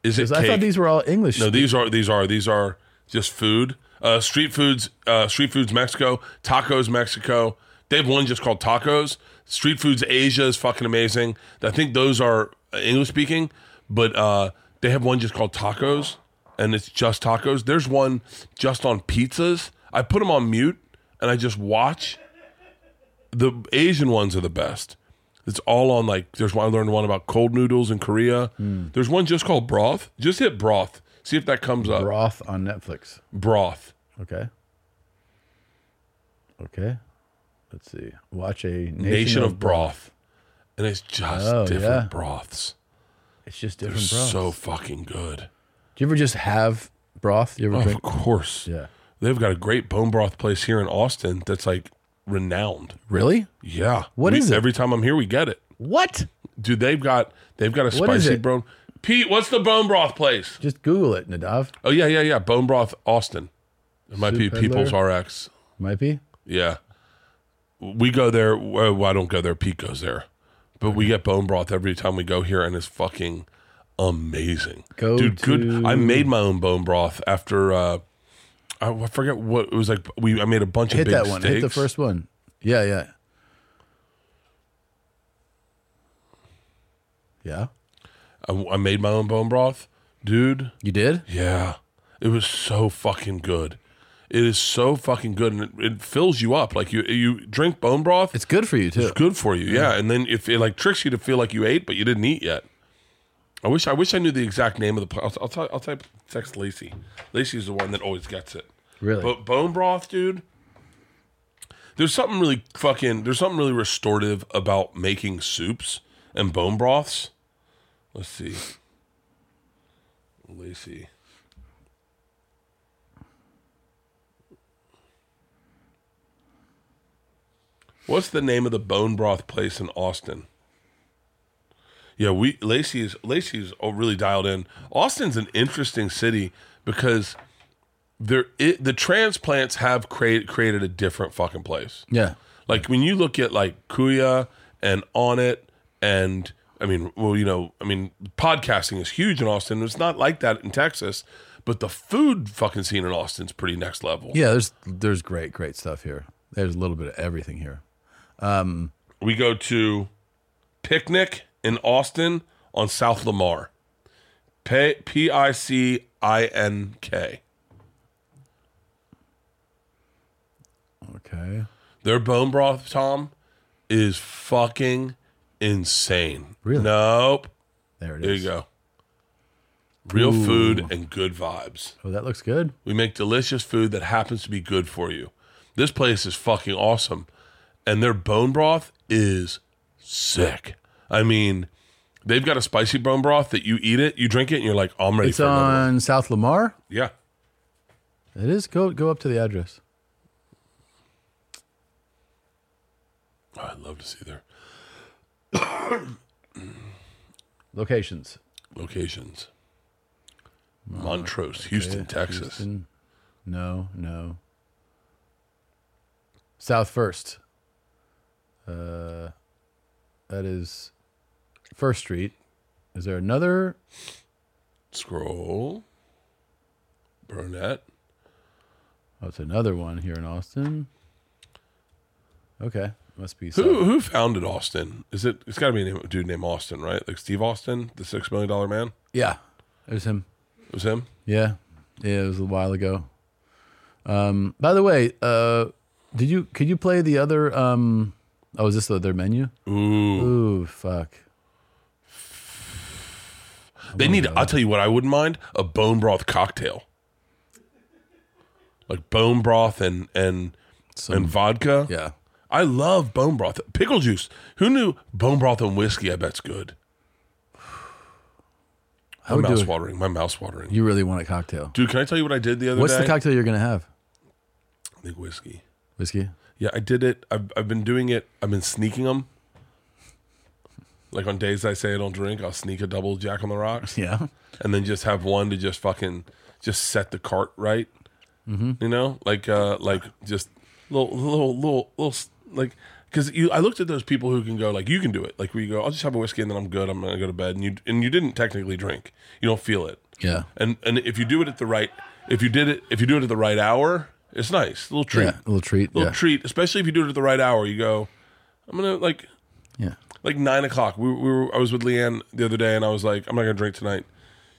F: is it?
E: 'Cause I
F: cake?
E: thought these were all English.
F: No, these are these are these are just food. Uh, street foods, uh, street foods Mexico, tacos Mexico. They have one just called tacos. Street foods Asia is fucking amazing. I think those are English speaking, but uh, they have one just called tacos, and it's just tacos. There's one just on pizzas. I put them on mute and I just watch. The Asian ones are the best. It's all on like there's one I learned one about cold noodles in Korea. There's one just called broth. Just hit broth. See if that comes up.
E: broth on Netflix.
F: Broth.
E: Okay. Okay. Let's see. Watch a nation,
F: Nation of broth. And it's just
E: Oh,
F: different
E: yeah.
F: broths.
E: It's just different broth.
F: So fucking good.
E: do you ever just have broth? Do you ever
F: Oh, Of
E: drink?
F: course.
E: Yeah.
F: They've got a great bone broth place here in Austin that's like renowned.
E: Really?
F: Yeah.
E: What
F: What is
E: is it?
F: Every time I'm here we get it.
E: What?
F: Dude, they've got they've got a
E: What is
F: spicy
E: it?
F: bone. Pete, what's the bone broth place?
E: Just Google it, Nadav.
F: Oh yeah, yeah, yeah. Bone broth Austin. It might be
E: Soup
F: People's
E: Peddler?
F: RX.
E: Might be.
F: Yeah. We go there. Well, I don't go there. Pete goes there. But we get bone broth every time we go here, and it's fucking amazing.
E: Go
F: Dude, good.
E: to-
F: I made my own bone broth after, uh, I I forget what it was like. We I made a bunch of
E: Hit
F: big
E: that one. Hit the
F: steaks.
E: first one. Yeah, yeah. Yeah.
F: I, I made my own bone broth. Dude,
E: You did?
F: Yeah. It was so fucking good. It is so fucking good and it, it fills you up. Like you you drink bone broth, it's
E: It's good for you too.
F: good for you. Yeah. And then if it like tricks you to feel like you ate but you didn't eat yet. I wish I wish I knew the exact name of the pla- I'll I'll, t- I'll type text Lacey. Lacey's the one that always gets it.
E: Really?
F: But bone broth, dude. There's something really fucking. There's something really restorative about making soups and bone broths. Let's see. Lacey. What's the name of the bone broth place in Austin? Yeah, we Lacey is Lacey is all really dialed in. Austin's an interesting city because there it, the transplants have create, created a different fucking place.
E: yeah.
F: Like when you look at like Kuya and On It and I mean, well, you know, I mean, podcasting is huge in Austin. It's not like that in Texas, but the food fucking scene in Austin's pretty next level.
E: Yeah, there's there's great, great stuff here. There's a little bit of everything here.
F: We go to Picnic in Austin on South Lamar. P I C I N K.
E: Okay.
F: Their bone broth, Tom, is fucking insane.
E: Really?
F: Nope.
E: There it is.
F: There you go. Real food and good vibes.
E: Oh, that looks good.
F: We make delicious food that happens to be good for you. This place is fucking awesome. And their bone broth is sick. I mean, they've got a spicy bone broth that you eat it, you drink it, and you're like, oh, I'm ready
E: It's
F: for another one.
E: on South Lamar.
F: Yeah.
E: It is. Go go up to the address.
F: Oh, I'd love to see their
E: Locations.
F: locations. Montrose, Houston, Texas.
E: Oh, Houston. No, no. South First. Uh, that is First Street. Is there another?
F: Scroll. Burnett.
E: Oh, it's another one here in Austin. Okay, must be.
F: Who
E: South-
F: who founded Austin? Is it? It's got to be a name- dude named Austin, right? Like Steve Austin, the six million dollar man.
E: Yeah, it was him.
F: It was him.
E: Yeah, yeah, it was a while ago. Um, by the way, uh, did you could you play the other? Um, oh, is this the other menu?
F: Ooh,
E: Ooh, fuck.
F: they need. I'll tell you what. I wouldn't mind a bone broth cocktail, like bone broth and and and vodka.
E: Yeah,
F: I love bone broth, pickle juice. Who knew bone broth and whiskey? I bet's good.
E: I
F: My
E: would do
F: mouth's
E: it.
F: watering. My mouth's watering.
E: You really want a cocktail?
F: Dude, can I tell you what I did the other
E: What's
F: day?
E: the cocktail you're gonna have?
F: I think whiskey.
E: Whiskey.
F: Yeah, I did it. I've, I've been doing it. I've been sneaking them. Like on days I say I don't drink, I'll sneak a double Jack on the Rocks
E: Yeah.
F: and then just have one to just fucking just set the cart right. Mm-hmm. You know, like uh like just little little little little s- like because you I looked at those people who can go like you can do it like where you go I'll just have a whiskey and then I'm good I'm gonna go to bed and you and you didn't technically drink you don't feel it
E: Yeah.
F: and and if you do it at the right if you did it if you do it at the right hour it's nice little treat
E: Yeah. A little treat.
F: little
E: yeah.
F: treat, especially if you do it at the right hour. You go, I'm gonna like
E: Yeah.
F: like nine o'clock. We, we were I was with Leanne the other day, and I was like, I'm not gonna drink tonight.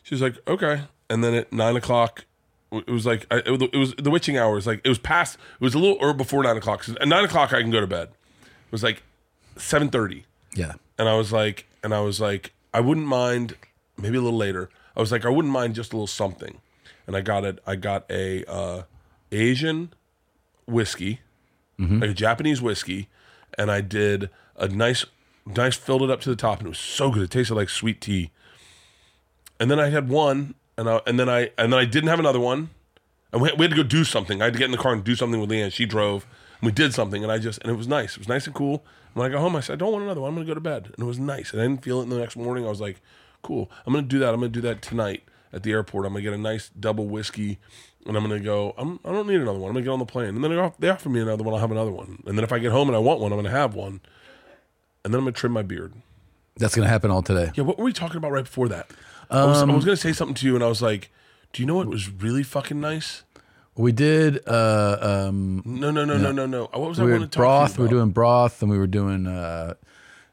F: She was like, okay. And then at nine o'clock, w- it was like I, it, was, it was the witching hours. Like it was past. It was a little or before nine o'clock. 'Cause At nine o'clock, I can go to bed. It was like seven thirty,
E: Yeah.
F: and I was like, and I was like, I wouldn't mind maybe a little later. I was like, I wouldn't mind just a little something. And I got it. I got a uh, Asian whiskey, like a Japanese whiskey, and I did a nice, nice filled it up to the top, and it was so good. It tasted like sweet tea. And then I had one, and I, and then I and then I didn't have another one. And we had, we had to go do something. I had to get in the car and do something with Leanne. She drove. And we did something, and I just and it was nice. It was nice and cool. And when I got home, I said, "I don't want another one. I'm going to go to bed." And it was nice. And I didn't feel it. And the next morning, I was like, "Cool. I'm going to do that. I'm going to do that tonight at the airport. I'm going to get a nice double whiskey, and I'm going to go. I'm, I don't need another one. I'm going to get on the plane. And then they off- they offer me another one. I'll have another one. And then if I get home and I want one, I'm going to have one. And then I'm going to trim my beard.
E: That's gonna happen all today.
F: Yeah, what were we talking about right before that? I was, I was going to say something to you, and I was like, "Do you know what was really fucking nice?"
E: We did. Uh, um,
F: No, no, no, no, no, no. What was
E: we
F: I
E: were
F: want to talk
E: broth. We
F: to you
E: were
F: about?
E: doing broth, and we were doing uh,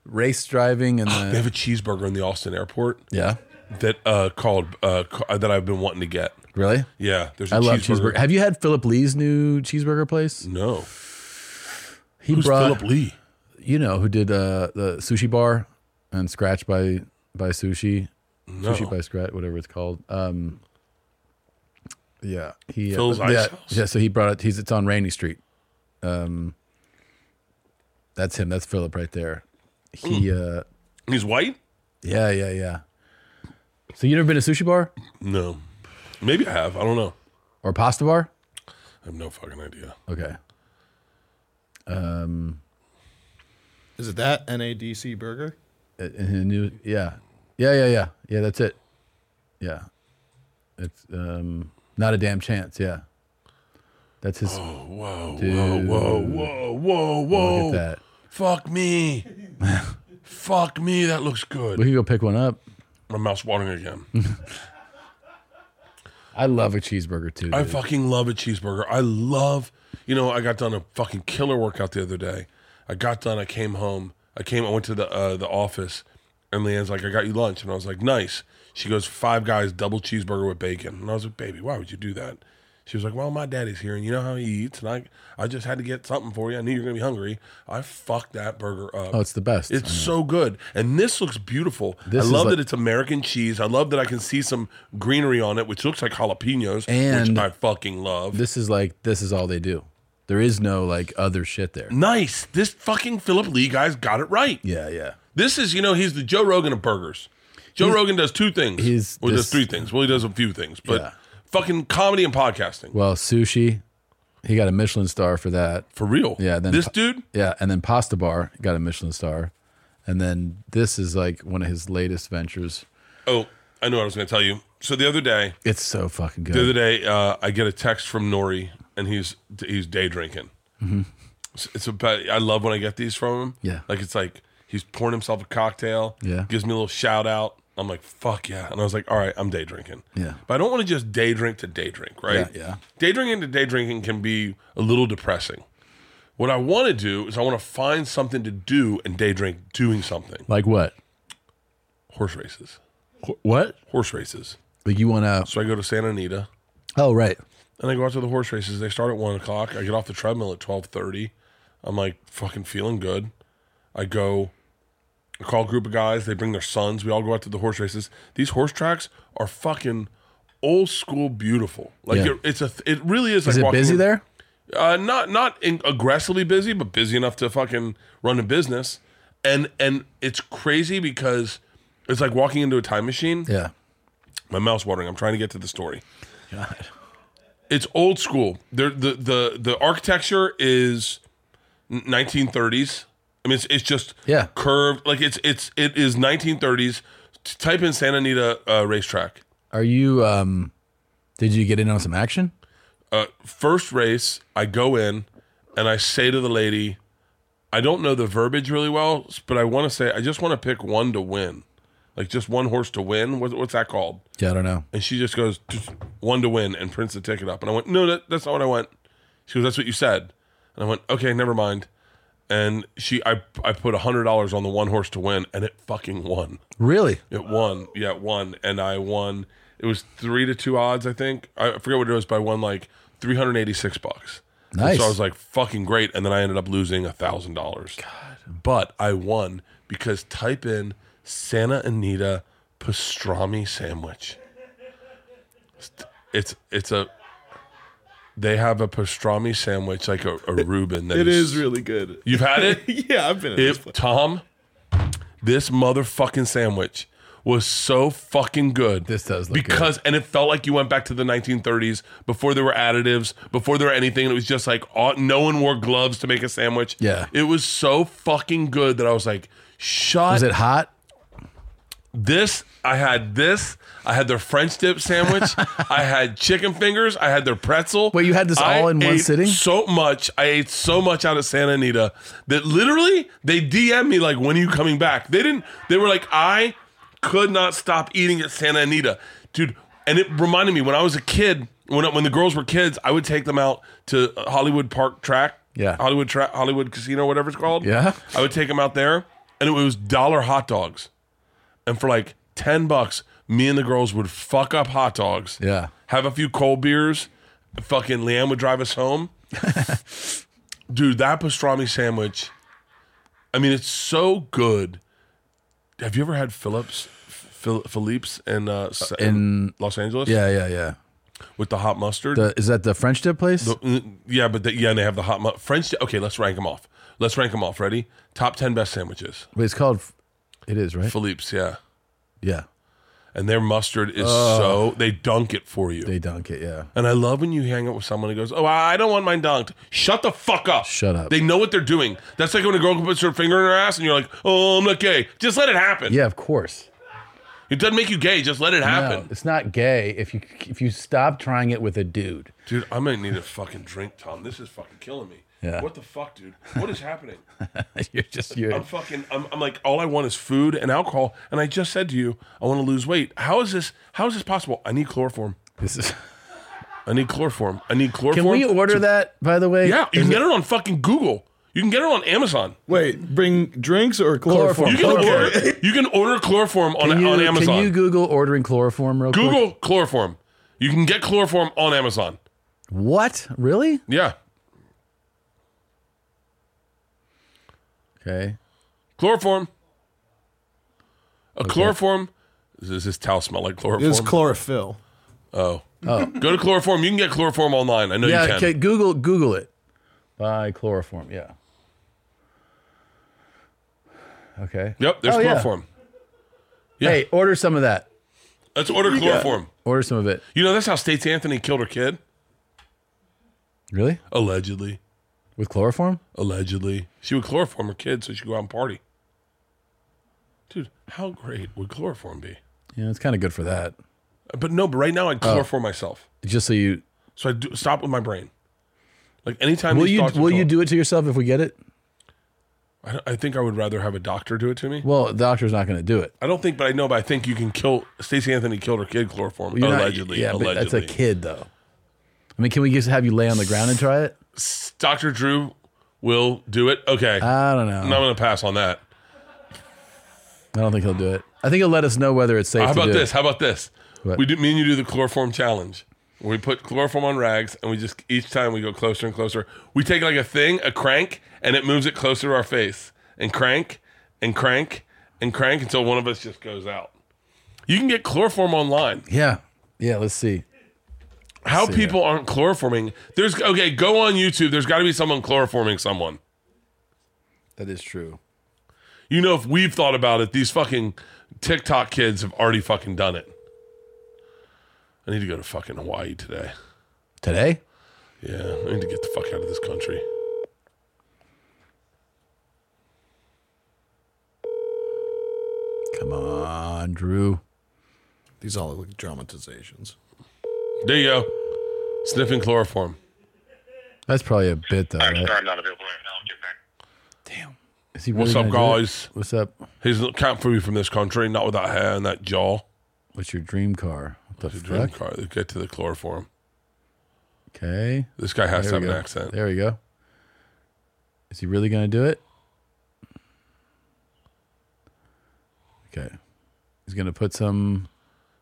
E: race driving, and
F: They
E: the,
F: have a cheeseburger in the Austin airport
E: yeah.
F: that uh called uh ca- that I've been wanting to get.
E: Really?
F: Yeah, there's a
E: I love cheeseburger. Have you had Philip Lee's new cheeseburger place?
F: No,
E: He
F: who's
E: brought
F: Philip Lee?
E: you know who did uh, the sushi bar and scratch by by sushi, sushi by scratch, whatever it's called. Um, yeah, he uh,
F: Phil's Ice
E: yeah,
F: House?
E: yeah. So he brought it. He's it's on Rainy Street. Um, that's him. That's Philip right there. He
F: Hmm.
E: uh,
F: He's white.
E: yeah, yeah, yeah. So you never been to sushi bar
F: No, maybe I have. I don't know.
E: or pasta bar?
F: I have no fucking idea.
E: Okay,
D: Is it that NADC burger?
E: Uh, and he knew- yeah, yeah, yeah, yeah, yeah. That's it. Yeah, it's um, not a damn chance. Yeah, that's his.
F: Whoa, whoa, whoa, whoa, whoa,
E: Look at
F: whoa!
E: that.
F: Fuck me, fuck me. That looks good.
E: We could go pick one up.
F: My mouth's watering again.
E: I love a cheeseburger too.
F: I
E: dude.
F: fucking love a cheeseburger. I love, you know, I got done a fucking killer workout the other day. I got done. I came home. I came. I went to the uh, the office, and Leanne's like, "I got you lunch," and I was like, "Nice." She goes, five guys, double cheeseburger with bacon," and I was like, "Baby, why would you do that?" She was like, "Well, my daddy's here, and you know how he eats, and I I just had to get something for you. I knew you were gonna be hungry. I fucked that burger up.
E: oh, it's the best.
F: It's so good. And this looks beautiful.
E: This
F: I
E: is
F: love
E: like-
F: that it's American cheese. I love that I can see some greenery on it, which looks like jalapenos,
E: And-
F: which I fucking love.
E: this is like this is all they do. There is no like other shit there.
F: Nice. This fucking Philip Lee guy's got it right.
E: Yeah, yeah.
F: This is, you know, he's the Joe Rogan of burgers. Joe Rogan does two things.
E: he's
F: well, he
E: this-
F: does three things. Well, he does a few things, but
E: Yeah.
F: fucking comedy and podcasting
E: Well, sushi, he got a Michelin star for that.
F: for real.
E: Yeah, then-
F: this dude,
E: Yeah, and then Pasta Bar got a Michelin star, and then this is like one of his latest ventures.
F: Oh, I knew what I was going to tell you. So the other day,
E: It's so fucking
F: the
E: good.
F: other day, uh, I get a text from Nori, and he's he's day drinking. It's, it's about. I love when I get these from him.
E: Mm-hmm. Yeah.
F: like it's like he's pouring himself a cocktail.
E: Yeah.
F: gives me a little shout out. I'm like, fuck yeah, and I was like, all right, I'm day drinking.
E: Yeah.
F: but I don't want to just day drink to day drink, right?
E: Yeah, yeah.
F: Day drinking to day drinking can be a little depressing. What I want to do is I want to find something to do and day drink doing something.
E: Like what?
F: Horse races,
E: Wh- What?
F: horse races.
E: Like you want to?
F: So I go to Santa Anita.
E: Oh, right.
F: and I go out to the horse races. They start at one o'clock. I get off the treadmill at twelve thirty. I'm like fucking feeling good. I go, I call a group of guys. They bring their sons. We all go out to the horse races. These horse tracks are fucking old school beautiful. Like
E: Yeah.
F: it, it's a, it really is.
E: Is
F: like
E: it
F: walking
E: busy
F: in-
E: there?
F: Uh, not not in, aggressively busy, but busy enough to fucking run a business. And and it's crazy because it's like walking into a time machine.
E: Yeah.
F: My mouth's watering. I'm trying to get to the story. It's old school. There, the the the architecture is 1930s. I mean, it's, it's just
E: Yeah.
F: curved. Like it's it's it is 1930s. T- Type in Santa Anita uh, racetrack.
E: Are you? Um, did you get in on some action?
F: Uh, first race, I go in and I say to the lady, I don't know the verbiage really well, but I want to say I just want to pick one to win, like just one horse to win. What, what's that called?
E: Yeah, I don't know.
F: And she just goes, "Just one to win and prints the ticket up. And I went, no, that, that's not what I want. She goes, that's what you said. And I went, okay, never mind. And she, I, I put $100 on the one horse to win and it fucking won.
E: Really?
F: It won. Yeah, it won. And I won. It was three to two odds, I think. I forget what it was, but I won like 386 bucks. And
E: Nice.
F: so I was like, fucking great. And then I ended up losing $1,000. But I won because type in Santa Anita pastrami sandwich. It's, it's a, they have a pastrami sandwich, like a, a Reuben. that
D: It is really good.
F: You've had it?
D: yeah, I've been in this
F: If
D: place.
F: Tom, this motherfucking sandwich was so fucking good.
E: This does look
F: because, and it felt like you went back to the 1930s before there were additives, before there were anything. It was just like all, no one wore gloves to make a sandwich.
E: Yeah.
F: it was so fucking good that I was like, shut
E: Was it hot?
F: this I had this. I had their French dip sandwich. I had chicken fingers. I had their pretzel.
E: Wait, you had this all in one
F: ate
E: sitting?
F: So much. I ate so much out of Santa Anita that literally they DM me like, "When are you coming back?" They didn't. They were like, "I could not stop eating at Santa Anita, dude." And it reminded me when I was a kid. When when the girls were kids, I would take them out to Hollywood Park Track.
E: Yeah.
F: Hollywood Track, Hollywood Casino, whatever it's called.
E: Yeah.
F: I would take them out there, and it was dollar hot dogs and for like 10 bucks me and the girls would fuck up hot dogs
E: Yeah.
F: have a few cold beers fucking leanne would drive us home dude that pastrami sandwich i mean it's so good have you ever had phillips Phil, phillips in, uh, s- in los angeles
E: Yeah, yeah, yeah.
F: with the hot mustard
E: The, is that the French dip place?
F: Mm, yeah but the, yeah and they have the hot mu- french okay let's rank them off let's rank them off ready top 10 best sandwiches
E: Wait, it's called. It is right.
F: phillips yeah
E: Yeah,
F: and their mustard is so they dunk it for you
E: they dunk it. Yeah.
F: And I love when you hang out with someone who goes, "Oh, I don't want mine dunked." Shut the fuck up.
E: Shut up.
F: They know what they're doing. That's like when a girl puts her finger in her ass, and you're like, "Oh, I'm not gay." Just let it happen.
E: Yeah, of course.
F: It doesn't make you gay. Just let it
E: No,
F: happen.
E: it's not gay if you if you stop trying it with a dude.
F: Dude, I might need a fucking drink, Tom. This is fucking killing me.
E: Yeah.
F: What the fuck, dude? What is happening?
E: You're just you're.
F: I'm fucking. I'm, I'm like, all I want is food and alcohol. And I just said to you, I want to lose weight. How is this? How is this possible? I need chloroform.
E: This is,
F: I need chloroform. I need
E: can
F: chloroform.
E: we order that? By the way,
F: Yeah, you can get it on fucking Google. You can get it on Amazon.
D: Wait, bring drinks or chloroform?
F: You can
E: Okay.
F: order. You can order chloroform on,
E: Can you,
F: on
E: can
F: Amazon.
E: you Google ordering chloroform real quick?
F: Google chloroform. You can get chloroform on Amazon.
E: What? Really?
F: Yeah,
E: Okay.
F: chloroform. A chloroform. Does this towel smell like chloroform?
D: It's chlorophyll.
F: oh. Go to chloroform. You can get chloroform online. I know
E: Yeah.
F: you can.
E: Okay. Google Google it. by chloroform. Yeah. Okay.
F: Yep, there's
E: Oh, yeah.
F: chloroform. Yeah.
E: Hey, order some of that.
F: Let's order chloroform.
E: Order some of it.
F: You know, that's how States Anthony killed her kid?
E: Really?
F: Allegedly.
E: With chloroform?
F: Allegedly. She would chloroform her kid so she'd go out and party. Dude, how great would chloroform be?
E: Yeah, it's kind of good for that.
F: But no, but right now
E: Oh.
F: I'd chloroform myself.
E: Just so you
F: So I do stop with my brain. Like anytime
E: will
F: these
E: you
F: thoughts
E: will you
F: come
E: do it to yourself if we get it?
F: up- I, I think I would rather have a doctor do it to me.
E: Well, the doctor's not going to do it.
F: I don't think, but I know, but I think you can kill. Stacey Anthony killed her kid chloroform.
E: You're not-
F: allegedly.
E: yeah,
F: allegedly.
E: but that's a kid though. I mean, can we just have you lay on the ground and try it?
F: Dr. Drew will do it. Okay.
E: I don't know.
F: I'm not going to pass on that.
E: I don't think he'll do it. I think he'll let us know whether it's safe.
F: How
E: to
F: about
E: do
F: this?
E: It.
F: How about this?
E: What?
F: We do. Me and you do the chloroform challenge. Where we put chloroform on rags, and we just each time we go closer and closer. We take like a thing, a crank, and it moves it closer to our face, and crank, and crank, and crank until one of us just goes out. You can get chloroform online.
E: Yeah, yeah. Let's see.
F: How
E: see
F: people aren't chloroforming? There's okay. Go on YouTube. There's got to be someone chloroforming someone.
E: That is true.
F: You know, if we've thought about it, these fucking TikTok kids have already fucking done it. I need to go to fucking Hawaii today.
E: Today?
F: Yeah, I need to get the fuck out of this country.
E: Come on, Drew.
D: These all look like dramatizations.
F: There you go. Sniffing chloroform.
E: That's probably a bit though.
G: I'm
E: Right?
G: sorry, I'm not available right now. I'll get back.
E: Damn. Is he
F: What's
E: really
F: up,
E: gonna do it?
F: guys?
E: What's up?
F: He's not can't free from this country, not with that hair and that jaw.
E: What's your dream car? What the fuck?
F: Dream car. Get to the chloroform.
E: Okay.
F: This guy has
E: There
F: to
E: we
F: have
E: go.
F: an accent.
E: There we go. Is he really going to do it? Okay. He's going to put some.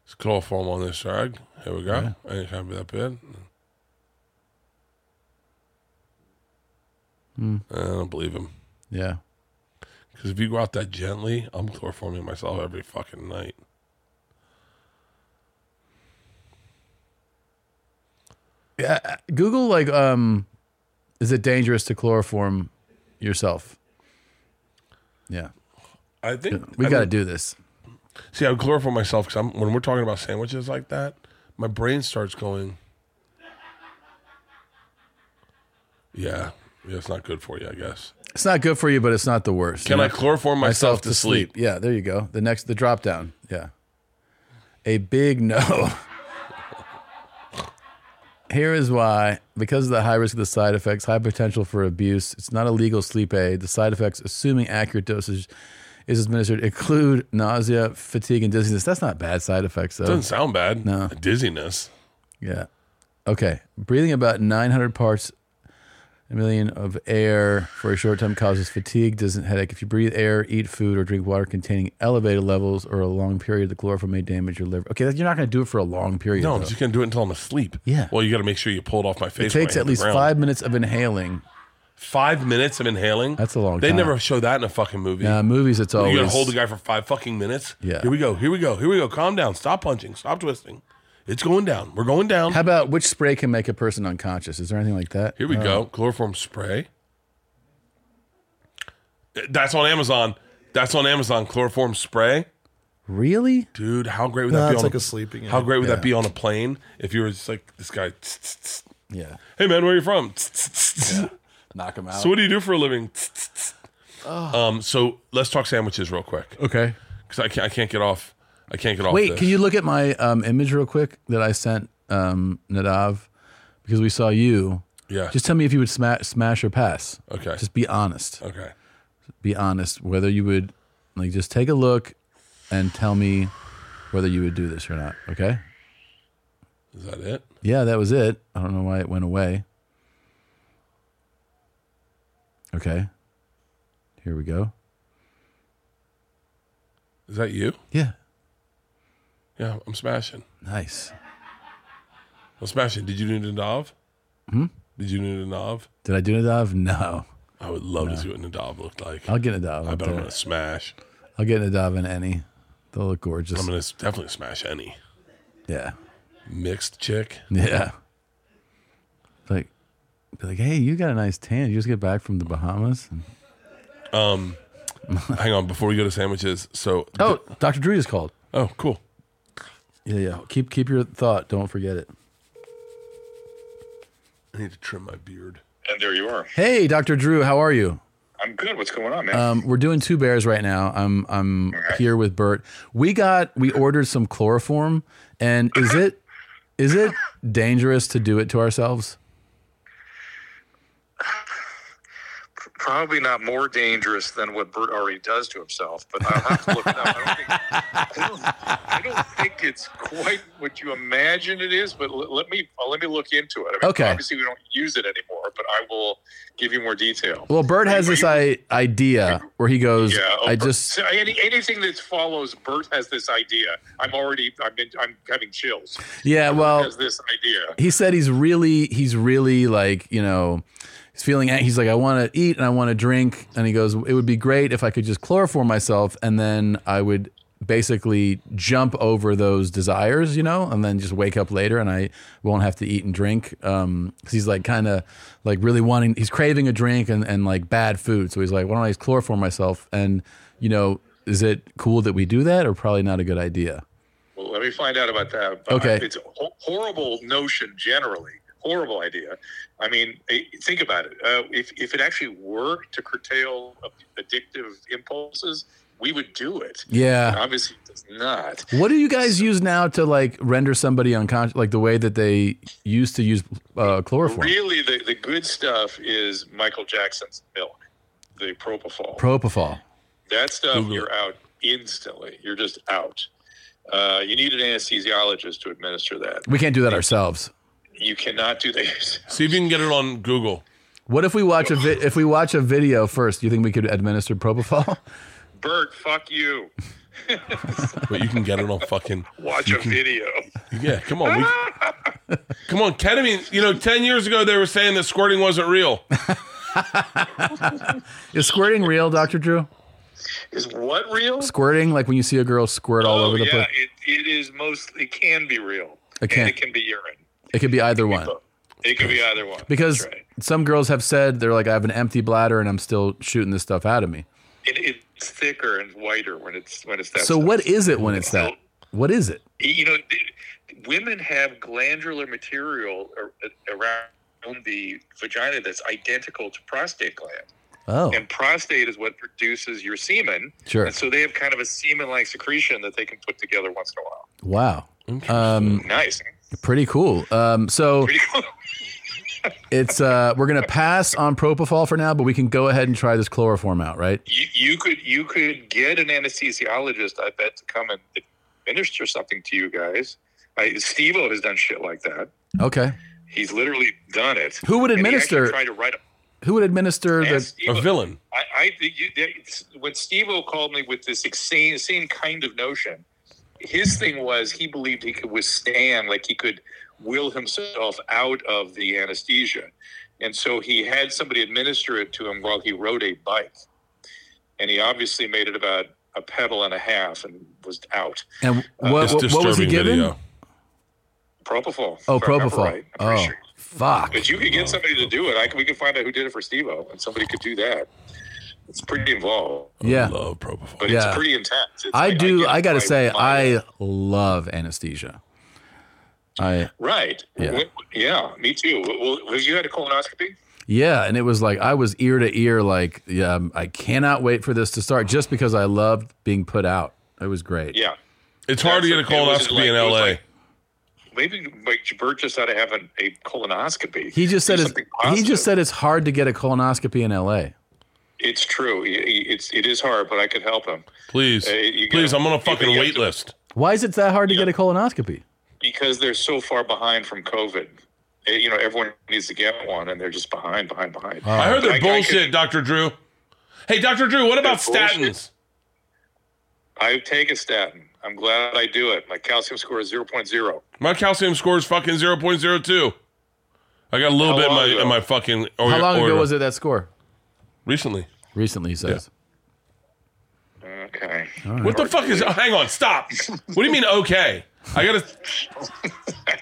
F: It's chloroform on this rag. Here we go. Ain't trying to be that bad.
E: Hmm.
F: I don't believe him.
E: Yeah.
F: Because if you go out that gently, I'm chloroforming myself every fucking night.
E: Yeah. Google like, um, is it dangerous to chloroform yourself? Yeah.
F: I think
E: We
F: I
E: got to
F: mean,
E: do this.
F: See, I would chloroform myself because I'm when we're talking about sandwiches like that, my brain starts going. Yeah, yeah, it's not good for you, I guess.
E: It's not good for you, but it's not the worst.
F: Can
E: You
F: I
E: know?
F: chloroform myself, to sleep?
E: Yeah, there you go. The next, the drop down. Yeah. A big no. Here is why. Because of the high risk of the side effects, high potential for abuse, it's not a legal sleep aid. The side effects, assuming accurate dosage is administered, include nausea, fatigue, and dizziness. That's not bad side effects, though.
F: Doesn't sound bad. No dizziness.
E: Yeah. Okay. Breathing about 900 parts a million of air for a short time causes fatigue, doesn't headache. If you breathe air, eat food, or drink water containing elevated levels or a long period, the chloroform may damage your liver. Okay, you're not going to do it for a long period.
F: No,
E: though.
F: I'm just gonna do it until I'm asleep.
E: Yeah.
F: Well, you got to make sure you pull it off my face.
E: it
F: when I
E: takes
F: hit
E: at
F: the
E: least
F: ground.
E: five minutes of inhaling.
F: Five minutes of inhaling.
E: That's a long
F: They
E: time.
F: never show that in a fucking movie.
E: Uh, movies, it's always
F: you gotta hold the guy for five fucking minutes.
E: Yeah.
F: Here we go. Here we go. Here we go. Calm down. Stop punching. Stop twisting. It's going down. We're going down.
E: How about which spray can make a person unconscious? Is there anything like that?
F: Here we go. Chloroform spray. That's on Amazon. That's on Amazon. Chloroform spray.
E: Really?
F: Dude, how great would
D: No,
F: that be
D: it's
F: on
D: like a sleeping
F: How
D: aid.
F: great would
E: Yeah.
F: that be on a plane if you were just like this guy? tss, tss, tss.
E: Yeah.
F: Hey man, where are you from? Tss, tss, tss, tss.
E: Knock them out.
F: So what do you do for a living? Tss, tss, tss. Um, so let's talk sandwiches real quick
E: okay.
F: because I can't, I can't get off. I can't get off.
E: Wait,
F: this.
E: can you look at my um, image real quick that I sent um, Nadav because we saw you.
F: Yeah.
E: Just tell me if you would smash, smash or pass.
F: Okay.
E: Just be honest.
F: okay.
E: Be honest whether you would like just take a look and tell me whether you would do this or not. Okay.
F: Is that it?
E: Yeah, that was it. I don't know why it went away. Okay. Here we go.
F: Is that you?
E: Yeah.
F: Yeah, I'm smashing.
E: Nice.
F: I'm smashing. Did you do Nadav? Hmm? Did you do Nadav?
E: Did I do Nadav? No.
F: I would love to see what Nadav looked like.
E: I'll get Nadav.
F: I
E: up
F: bet I'm
E: there.
F: gonna smash.
E: I'll get Nadav and any. They'll look gorgeous.
F: I'm gonna s- definitely smash any
E: yeah.
F: mixed chick.
E: Yeah. It's Like, Be like, hey, you got a nice tan. You just get back from the Bahamas. And-
F: Hang on, before we go to sandwiches. So,
E: oh, Dr. Drew just called.
F: oh, cool.
E: Yeah, yeah. Keep keep your thought. Don't forget it.
F: I need to trim my beard.
G: And there you are.
E: Hey, Dr. Drew, how are you?
G: I'm good. What's going on, man?
E: Um, we're doing two bears right now. I'm I'm here with Bert. We got we ordered some chloroform, and is it is it dangerous to do it to ourselves?
G: Probably not more dangerous than what Bert already does to himself, but I'll have to look it up. I don't, think, I, don't, I don't think it's quite what you imagine it is, but l- let me uh, let me look into it. I mean,
E: Okay.
G: Obviously, we don't use it anymore, but I will give you more detail.
E: Well, Bert has this I- idea where he goes,
G: Yeah, oh,
E: I
G: Bert-
E: just
G: so any, anything that follows Bert has this idea. I'm already I'm in, I'm having chills.
E: yeah. Well,
G: has this idea?
E: he said he's really he's really like you know he's feeling he's like i want to eat and i want to drink and he goes it would be great if i could just chloroform myself and then i would basically jump over those desires you know and then just wake up later and i won't have to eat and drink um 'cause he's like kind of like really wanting he's craving a drink and, and like bad food so he's like why don't i just chloroform myself and you know is it cool that we do that or probably not a good idea
G: Well, let me find out about that. But
E: Okay.
G: It's a ho- horrible notion generally. Horrible idea. I mean, eh, think about it. Uh, if, if it actually worked to curtail addictive impulses, we would do it.
E: yeah
G: Obviously, it does not.
E: What do you guys use now to like render somebody unconscious, like the way that they used to use uh, chloroform?
G: Really, the, the good stuff is Michael Jackson's milk, the propofol.
E: Propofol.
G: That stuff,
F: Google
G: you're out instantly. You're just out. Uh, you need an anesthesiologist to administer that.
E: We can't do that ourselves.
G: You cannot do that.
F: See if you can get it on Google.
E: What if we watch a vi- if we watch a video first? Do you think we could administer propofol?
G: Bert, fuck you.
F: But you can get it on fucking.
G: Watch a video.
F: Yeah, come on. We, come on, ketamine. You know, 10 years ago, they were saying that squirting wasn't real.
E: Is squirting real, Doctor Drew?
G: Is what real?
E: Squirting, like when you see a girl squirt all over the
G: Oh, yeah,
E: place.
G: it, it is most. It can be real.
E: It can.
G: And it can be urine.
E: It could be either one.
G: Both. It could be either one.
E: Because
G: That's right.
E: some girls have said they're like, I have an empty bladder and I'm still shooting this stuff out of me.
G: it, it's thicker and whiter when it's when it's that.
E: So
G: stuff.
E: what is it when it's that? What is it?
G: You know, th- women have glandular material ar- around the vagina that's identical to prostate gland.
E: Oh,
G: and prostate is what produces your semen.
E: Sure.
G: And so they have kind of a semen-like secretion that they can put together once in a while.
E: wow. Um,
G: Nice.
E: pretty cool. Um, so
G: Pretty cool.
E: It's uh, we're gonna pass on propofol for now, but we can go ahead and try this chloroform out, right?
G: You, you could you could get an anesthesiologist, I bet, to come and administer something to you guys. I, Steve-O has done shit like that.
E: Okay.
G: He's literally done it.
E: Who would
G: And he
E: administer-
G: actually tried to write a.
E: Who would administer
G: Ask
E: the?
F: A
G: Steve-O.
F: villain.
G: I, I you, that- when Steve-O called me with this insane, insane kind of notion, his thing was he believed he could withstand, like he could will himself out of the anesthesia, and so he had somebody administer it to him while he rode a bike, and he obviously made it about a pedal and a half and was out.
E: And what,
F: It's
E: what, what was he
F: disturbing
E: given?
F: video.
G: Propofol.
E: Oh,
G: if I remember
E: propofol.
G: right. I'm pretty
E: oh,
G: sure.
E: fuck.
G: But you could get somebody to do it. I could, we could find out who did it for Steve-O, and somebody could do that. It's pretty involved.
E: Yeah.
F: I love propofol.
G: but
E: Yeah.
G: it's pretty intense. It's
E: I
G: like,
E: do.
G: get
E: I, gotta
G: my-
E: say,
G: my-
E: I love anesthesia. I
G: right.
E: Yeah.
G: Wh- yeah, me too. Well, well, you had a colonoscopy.
E: yeah, and it was like I was ear to ear, like yeah, I'm- I cannot wait for this to start, just because I loved being put out. It was great.
G: Yeah,
F: It's hard to get a
G: It was
F: colonoscopy
G: like-
F: in
G: it was
F: LA.
G: like- maybe like Bert just ought to have an, a colonoscopy.
E: He just said
G: Do
E: it's,
G: something
E: he
G: positive.
E: just said it's hard to get a colonoscopy in L.A.
G: it's true. He- he- It's it is hard, but I could help him
F: Please,
G: Hey, you
F: please,
G: gotta-
F: I'm on a
G: you gotta
F: fucking
G: get
F: wait
G: to-
F: list.
E: Why is it that hard to get a colonoscopy?
G: because they're so far behind from COVID. Eh, You know, everyone needs to get one, and they're just behind, behind, behind.
F: I heard
G: I-
F: they're
G: I
F: bullshit,
G: could-
F: Dr. Drew. Hey, Dr. Drew, what about
G: They're bullshit.
F: statins?
G: I take a statin. I'm glad I do it. My calcium score is 0.0.
F: My calcium score is fucking 0.02. I got a little
G: How
F: bit in
G: long
F: my,
G: ago?
F: in my fucking.
E: How long ago was it that score?
F: Recently.
E: Recently, he says.
G: Okay.
F: What the fuck is. Oh, hang on, stop. What do you mean, okay? I got to.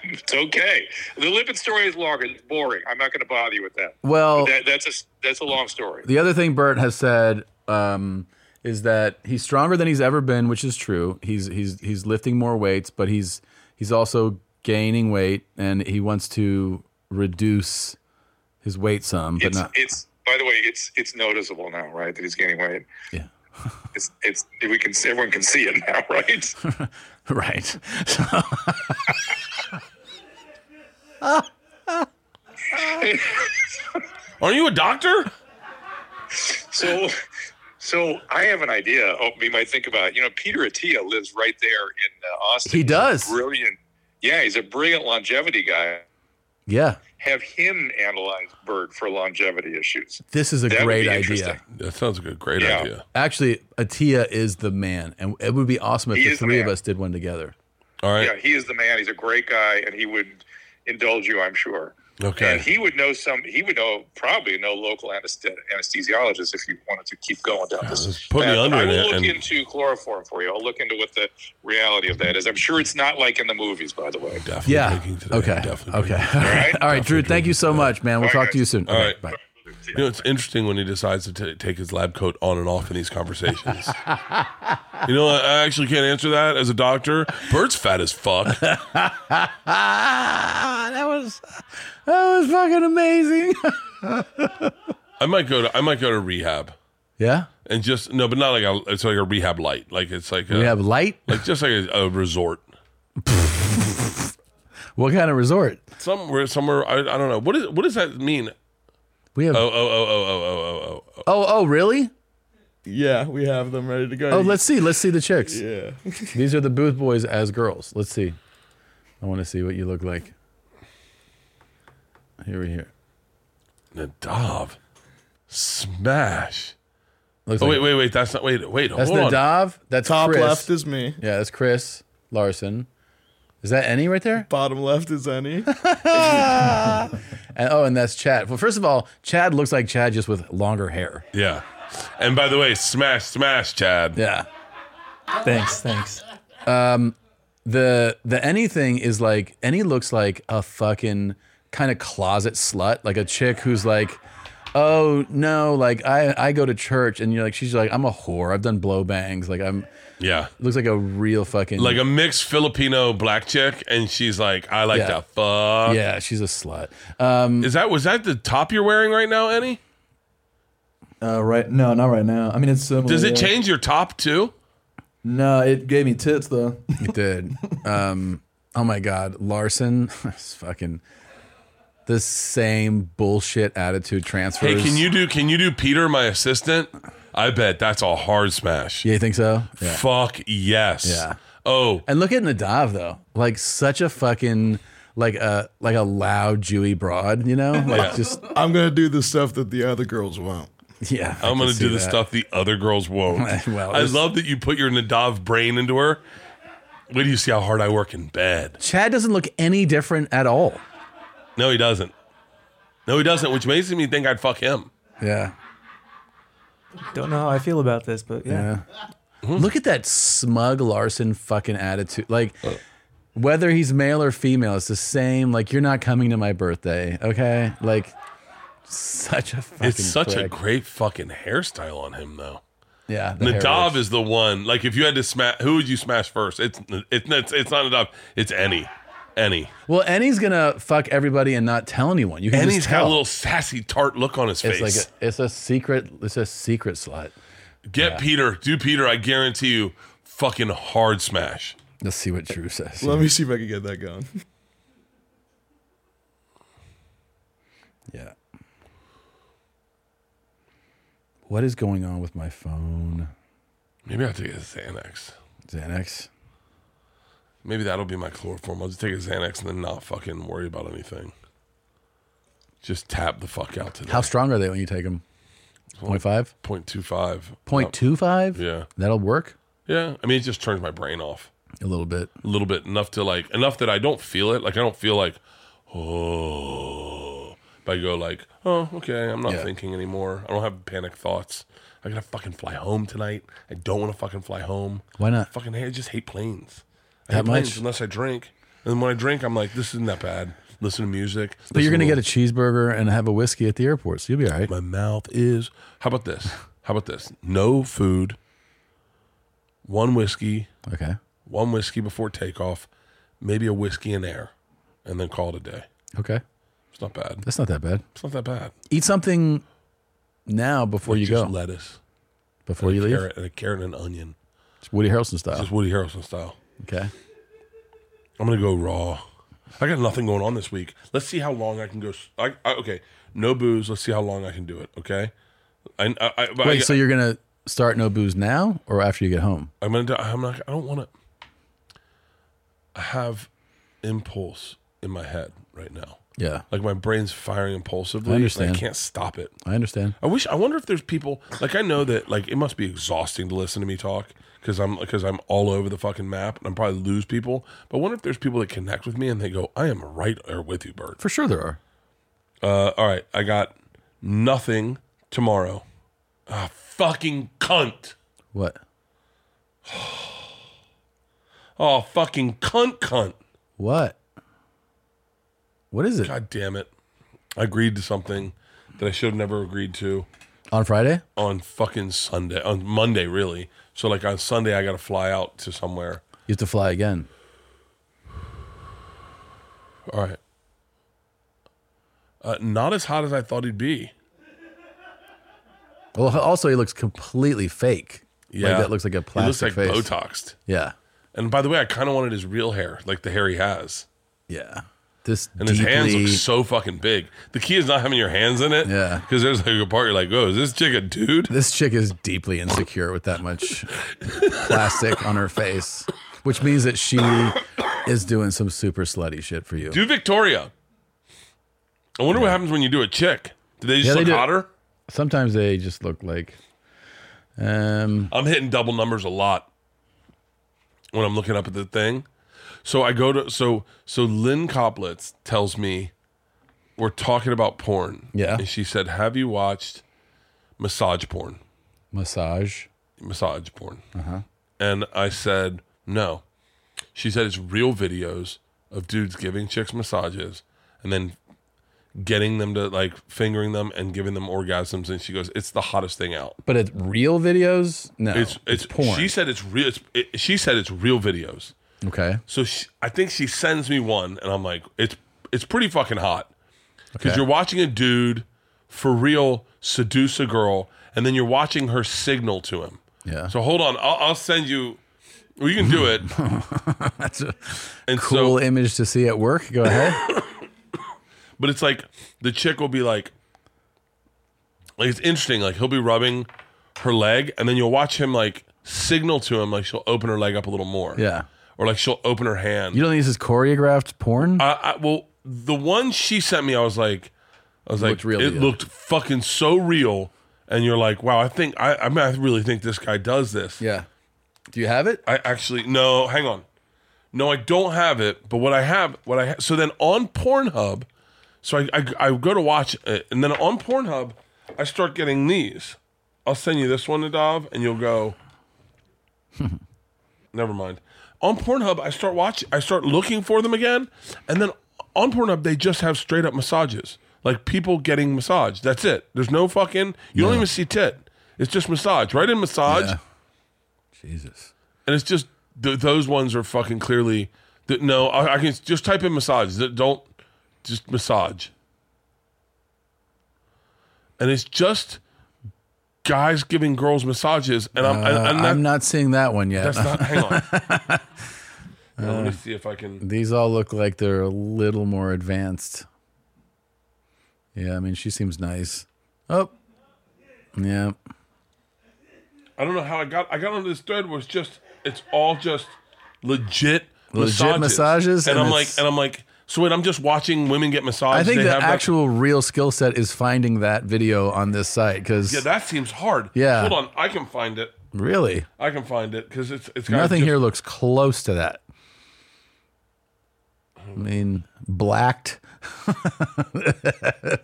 G: It's okay. The Lippitt story is longer. It's boring. I'm not going to bother you with that.
E: Well,
G: that. That's a that's a long story.
E: the other thing Bert has said um, is that he's stronger than he's ever been, which is true. He's he's he's lifting more weights, but he's he's also gaining weight, and he wants to reduce his weight some, but
G: It's
E: not.
G: it's by the way, it's it's noticeable now, right? That he's gaining weight.
E: Yeah.
G: It's it's we can everyone can see it now, right?
E: Right.
F: Are you a doctor?
G: So, so I have an idea. Oh, we might think about. You know, Peter Attia lives right there in uh, Austin.
E: He
G: He's a
E: does.
G: brilliant. Yeah, he's a brilliant longevity guy.
E: yeah.
G: Have him analyze Bird for longevity issues.
E: This is a
G: That would
E: great
G: be interesting.
E: idea.
F: That sounds like a great
G: Yeah.
F: idea.
E: Actually, Atia is the man, and it would be awesome if
G: He
E: the
G: is the
E: three of
G: man.
E: us did one together.
F: All right.
G: Yeah, he is the man. He's a great guy, and he would indulge you, I'm sure.
F: Okay.
G: And he would know some. He would know probably know local anesthet- anesthesiologists if you wanted to keep going down this.
F: Just put me
G: path.
F: under
G: I will
F: it
G: look
F: and-
G: into chloroform for you. I'll look into what the reality of that is. I'm sure it's not like in the movies, by the way.
F: Definitely
E: Yeah.
F: drinking today.
E: Okay.
F: Definitely
E: Okay.
F: drinking.
E: All right. All right, Drew.
F: Definitely
E: Thank you so much, man. We'll
G: All right,
E: talk to you
G: guys.
E: soon.
F: All
E: Okay,
F: right.
E: Bye.
F: You know, it's interesting when he decides to t- take his lab coat on and off in these conversations. you know, I, I actually can't answer that as a doctor. Bert's fat as fuck.
E: Ah, that was that was fucking amazing.
F: I might go to I might go to rehab
E: yeah.
F: and just no, but not like a it's like a rehab light. Like it's like a,
E: We have light.
F: like just like a, a resort.
E: What kind of resort?
F: Somewhere, somewhere, I, I don't know. What is what does that mean?
E: We have.
F: Oh,
E: Oh,
F: oh, oh, oh, oh, oh, oh, oh.
E: oh, really?
D: Yeah, we have them ready to go.
E: Oh, let's see. Let's see the chicks.
D: Yeah.
E: These are the booth boys as girls. Let's see. I want to see what you look like. Here we here.
F: oh. Nadav, smash.
E: Looks
F: Oh
E: like
F: wait, wait, wait. That's not. Wait, wait.
E: That's
F: hold on.
E: Nadav. That's
D: Top
E: Chris.
D: left is me.
E: yeah, that's Chris Larson. Is that any right there?
D: Bottom left is any.
E: And, oh, and that's Chad. Well, first of all, Chad looks like Chad just with longer hair.
F: Yeah. And by the way, smash, smash, Chad.
E: Yeah.
A: Thanks, thanks.
E: the the anything is like any looks like a fucking kind of closet slut, like a chick who's like, oh no, like I I go to church, and you're like she's like I'm a whore. I've done blow bangs. Like I'm
F: Yeah.
E: looks like a real fucking
F: Like a mixed Filipino black chick, and she's like, I like
E: Yeah.
F: to fuck.
E: yeah, she's a slut. Um,
F: Is that was that the top you're wearing right now, Annie?
A: Uh, right? No, not right now. I mean, it's similar.
F: Does
A: yeah.
F: it change your top too?
A: No, it gave me tits though.
E: it did. Um, oh my god, Larson, it's fucking the same bullshit attitude transfers.
F: Hey, can you do can you do Peter, my assistant? I bet that's a hard smash.
E: Yeah, you think so? Yeah.
F: Fuck yes.
E: Yeah.
F: Oh,
E: And look at Nadav though, like such a fucking like a like a loud Jewy broad, you know, like just
D: I'm gonna do the stuff that the other girls won't.
E: yeah. I
F: I'm
E: can
F: gonna
E: see
F: do the
E: that.
F: stuff the other girls won't.
E: Well,
F: I
E: it's-
F: love that you put your Nadav brain into her. Wait do you see how hard I work in bed?
E: Chad doesn't look any different at all.
F: No, he doesn't. No, he doesn't, which makes me think I'd fuck him.
E: Yeah,
A: Don't know how I feel about this, but yeah.
E: yeah.
F: Mm-hmm.
E: Look at that smug Larson fucking attitude. Like
F: Uh.
E: whether he's male or female, it's the same. Like you're not coming to my birthday, okay? Like such a fucking.
F: It's such a
E: prick.
F: great fucking hairstyle on him, though.
E: yeah. the hair
F: Nadav
E: works.
F: is the one. Like, if you had to smash, who would you smash first? It's it's it's, it's not Nadav. It's any, any.
E: well, Annie's gonna fuck everybody and not tell anyone. You can
F: And
E: just
F: he's got
E: tell.
F: a little sassy tart look on his
E: it's
F: face.
E: like a, it's a secret. It's a secret slut.
F: Get Peter, do Peter. I guarantee you, fucking hard smash.
E: Let's see what Drew says.
D: Let me see if I can get that going.
E: Yeah. What is going on with my phone?
F: Maybe I'll take a Xanax.
E: Xanax?
F: Maybe that'll be my chloroform. I'll just take a Xanax and then not fucking worry about anything. Just tap the fuck out today.
E: How strong are they when you take them? 0.5?
F: 0.25.
E: 0.25?
F: Yeah.
E: That'll work
F: Yeah. I mean, it just turns my brain off
E: a little bit.
F: a little bit, enough to like, enough that I don't feel it. Like, I don't feel like, oh. But I go like, oh, okay, I'm not
E: Yeah.
F: thinking anymore. I don't have panic thoughts. I gotta fucking fly home tonight. I don't want to fucking fly home.
E: Why not?
F: Fucking, hate- I just hate planes. I
E: That
F: hate
E: much?
F: planes unless I drink. And when I drink, I'm like, this isn't that bad. Listen to music.
E: But you're
F: listen
E: gonna
F: to
E: get a cheeseburger and have a whiskey at the airport, so you'll be all right.
F: my mouth is. How about this? How about this? No food. One whiskey.
E: Okay.
F: One whiskey before takeoff. Maybe a whiskey and air, and then call it a day.
E: Okay.
F: It's not bad.
E: That's not that bad.
F: It's not that bad.
E: Eat something now before you
F: Just
E: go.
F: lettuce,
E: before you leave.
F: carrot, and a carrot and an onion.
E: It's Woody Harrelson style.
F: Just Woody Harrelson style.
E: Okay.
F: I'm gonna go raw. I got nothing going on this week. Let's see how long I can go. s- I, I- okay, no booze. Let's see how long I can do it. Okay. I, I, I,
E: Wait,
F: I,
E: so you're gonna start no booze now or after you get home?
F: I'm gonna. do- I'm not. I don't want to. I have impulse in my head right now.
E: Yeah,
F: Like my brain's firing impulsively.
E: I
F: and
E: understand.
F: I can't stop it.
E: I understand.
F: I wish. I wonder if there's people like I know that like it must be exhausting to listen to me talk because I'm because I'm all over the fucking map and I'm probably lose people. But I wonder if there's people that connect with me and they go, "I am right there with you, Bert."
E: For sure there are.
F: Uh, all right, I got nothing tomorrow. Ah, fucking cunt.
E: What?
F: Oh, fucking cunt, cunt.
E: What? What is it
F: God damn it. I agreed to something that I should have never agreed to
E: on Friday?
F: on fucking Sunday, on Monday, really. So, like, on Sunday, I got to fly out to somewhere.
E: You have to fly again.
F: All right. Uh, not as hot as I thought he'd be.
E: Well, also he looks completely fake.
F: Yeah.
E: like that looks like a plastic
F: He
E: face.
F: looks like Botoxed.
E: Yeah,
F: And by the way, I kind of wanted his real hair, like the hair he has.
E: yeah. This
F: And
E: deeply,
F: his hands look so fucking big. The key is not having your hands in it.
E: Yeah.
F: Because there's like a part you're like, oh, is this chick a dude?
E: this chick is deeply insecure with that much plastic on her face, which means that she is doing some super slutty shit for you.
F: Do Victoria. I wonder what happens when you do a chick. Do they just
E: Yeah, they
F: look
E: do.
F: hotter?
E: Sometimes they just look like, um,
F: I'm hitting double numbers a lot when I'm looking up at the thing. So I go to so so Lynn Coplitz tells me we're talking about porn.
E: Yeah.
F: And she said, Have you watched massage porn?
E: massage.
F: Massage porn. And I said, No. She said it's real videos of dudes giving chicks massages and then getting them to like fingering them and giving them orgasms and she goes, It's the hottest thing out.
E: But it's real videos? No.
F: It's it's,
E: porn.
F: She said it's real. It's, it, she said it's real videos.
E: okay.
F: So she, I think she sends me one, and I'm like, it's it's pretty fucking hot because
E: Okay.
F: you're watching a dude for real seduce a girl, and then you're watching her signal to him.
E: Yeah.
F: So hold on, I'll, I'll send you. We can do it.
E: That's a
F: And
E: cool
F: so,
E: image to see at work. Go ahead.
F: but it's like the chick will be like, like it's interesting. Like he'll be rubbing her leg, and then you'll watch him like signal to him, like she'll open her leg up a little more.
E: yeah.
F: Or like she'll open her hand.
E: You don't think this is choreographed porn?
F: I, I well, the one she sent me, I was like, I was like,
E: looked real
F: it
E: to you.
F: looked fucking so real. And you're like, wow, I think I, I, mean, I really think this guy does this.
E: yeah. Do you have it?
F: I actually no, hang on, no, I don't have it. But what I have, what I ha- so then on Pornhub, so I, I I go to watch it, and then on Pornhub, I start getting these. I'll send you this one, Nadav, and you'll go. Never mind. On Pornhub, I start watch. I start looking for them again, and then on Pornhub, they just have straight up massages, like people getting massage. That's it. There's no fucking. You don't even see tit. It's just massage. Right in massage,
E: Yeah. Jesus.
F: and it's just th- those ones are fucking clearly. Th- no, I, I can just type in massage. Th- Don't just massage. And it's just guys giving girls massages, and I'm and, and that,
E: Uh, I'm not seeing that one yet.
F: that's not. Hang on. Now,
E: Uh.
F: let me see if I can.
E: These all look like they're a little more advanced. Yeah, I mean, she seems nice. Oh. Yeah.
F: I don't know how I got. I got on this thread was just. It's all just legit.
E: Legit
F: massages,
E: massages,
F: and,
E: and
F: I'm like,
E: it's-
F: and I'm like, so wait, I'm just watching women get massaged.
E: I think
F: They
E: the
F: have that-
E: actual real skill set is finding that video on this site because
F: yeah, that seems hard.
E: Yeah.
F: hold on, I can find it.
E: really
F: I can find it because it's it's got
E: nothing
F: just-
E: here looks close to that. I mean, blacked.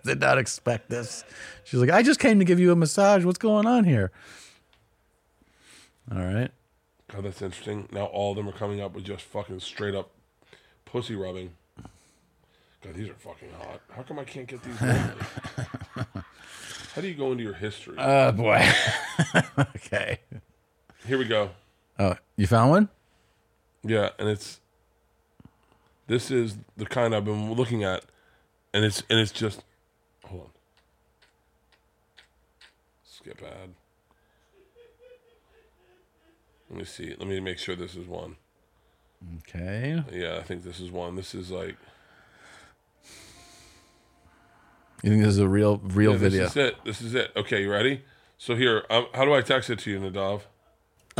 E: Did not expect this. She's like, I just came to give you a massage. What's going on here? All right.
F: God, that's interesting. Now all of them are coming up with just fucking straight up Pussy rubbing. God, these are fucking hot. How come I can't get these? lately? How do you go into your history?
E: Oh boy. okay.
F: Here we go.
E: Oh, you found one?
F: Yeah, and it's this is the kind I've been looking at, and it's and it's just hold on. Skip ad. Let me see. Let me make sure this is one.
E: Okay.
F: Yeah, I think this is one. This is like
E: You think this is a real real
F: yeah, this
E: video?
F: is it. This is it. Okay, you ready? So here, um, how do I text it to you, Nadav?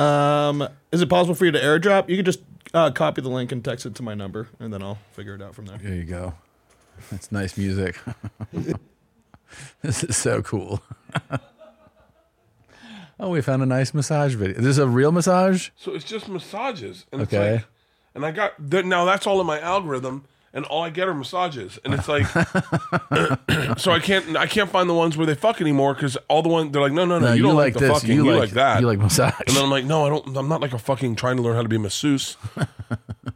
D: Um, is it possible for you to airdrop? You could just uh, copy the link and text it to my number, and then I'll figure it out from there.
E: There you go. That's nice music. this is so cool. oh, we found a nice massage video. Is this a real massage?
F: So it's just massages, and
E: Okay.
F: it's like, and I got th- now that's all in my algorithm, and all I get are massages, and it's like, so I can't I can't find the ones where they fuck anymore because all the ones they're like, no, no, no, you, don't like, the fucking, you, like, that,
E: You like massage.
F: and then I'm like, no, I don't. I'm not like a fucking trying to learn how to be a masseuse, and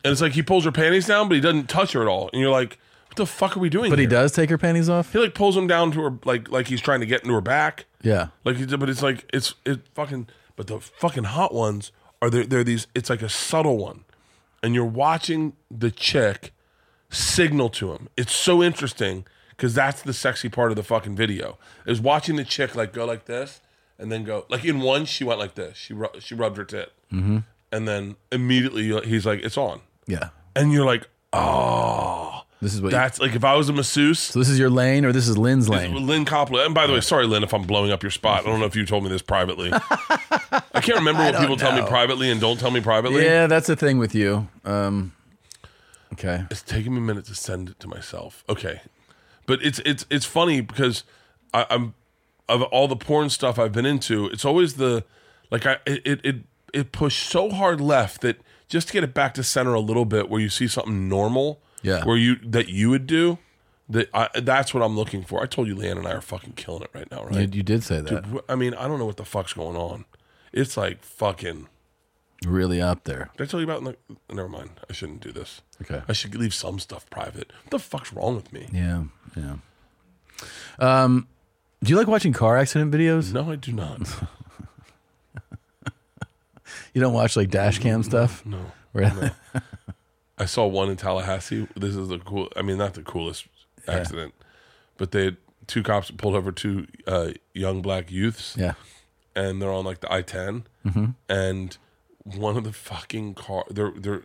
F: it's like he pulls her panties down, but he doesn't touch her at all, and you're like, what the fuck are we doing?
E: but he
F: here?
E: does take her panties off?
F: He like pulls them down to her like like he's trying to get into her back.
E: Yeah.
F: Like, it's- but it's like it's it fucking. But the fucking hot ones are there. They're these. It's like a subtle one, and you're watching the chick signal to him. It's so interesting because that's the sexy part of the fucking video is watching the chick like go like this and then go like in one she went like this. She ru- she rubbed her tit, mm-hmm. and then immediately he's like, "It's on,"
E: Yeah.
F: and you're like, "Oh."
E: This is what you-
F: That's like if I was a masseuse,
E: So this is your lane or this is Lynn's
F: Lynn,
E: lane?
F: Coppola. And by the way, sorry, Lynn, if I'm blowing up your spot. I don't know if you told me this privately. I can't remember what people tell me
E: know.
F: privately and don't tell me privately.
E: Yeah, that's the thing with you. Um Okay.
F: It's taking me a minute to send it to myself. Okay, but it's it's it's funny because I, I'm of all the porn stuff I've been into. It's always the like I it it it, it pushed so hard left that just to get it back to center a little bit where you see something normal.
E: Yeah.
F: Where you that you would do. That I, that's what I'm looking for. I told you, Leanne and I are fucking killing it right now, right?
E: You, you did say that.
F: Dude, I mean, I don't know what the fuck's going on. It's like fucking.
E: Really up there.
F: Did I tell you about? in the- Never mind. I shouldn't do this.
E: Okay.
F: I should leave some stuff private. What the fuck's wrong with me?
E: Yeah. Yeah. Um do you like watching car accident videos?
F: No, I do not.
E: You don't watch like dash cam stuff?
F: No.
E: Really?
F: I saw one in Tallahassee. This is the cool. I mean, not the coolest accident, but they had two cops pulled over two uh, young black youths.
E: Yeah.
F: and they're on like the I 10
E: Mm-hmm.
F: and one of the fucking car they're they're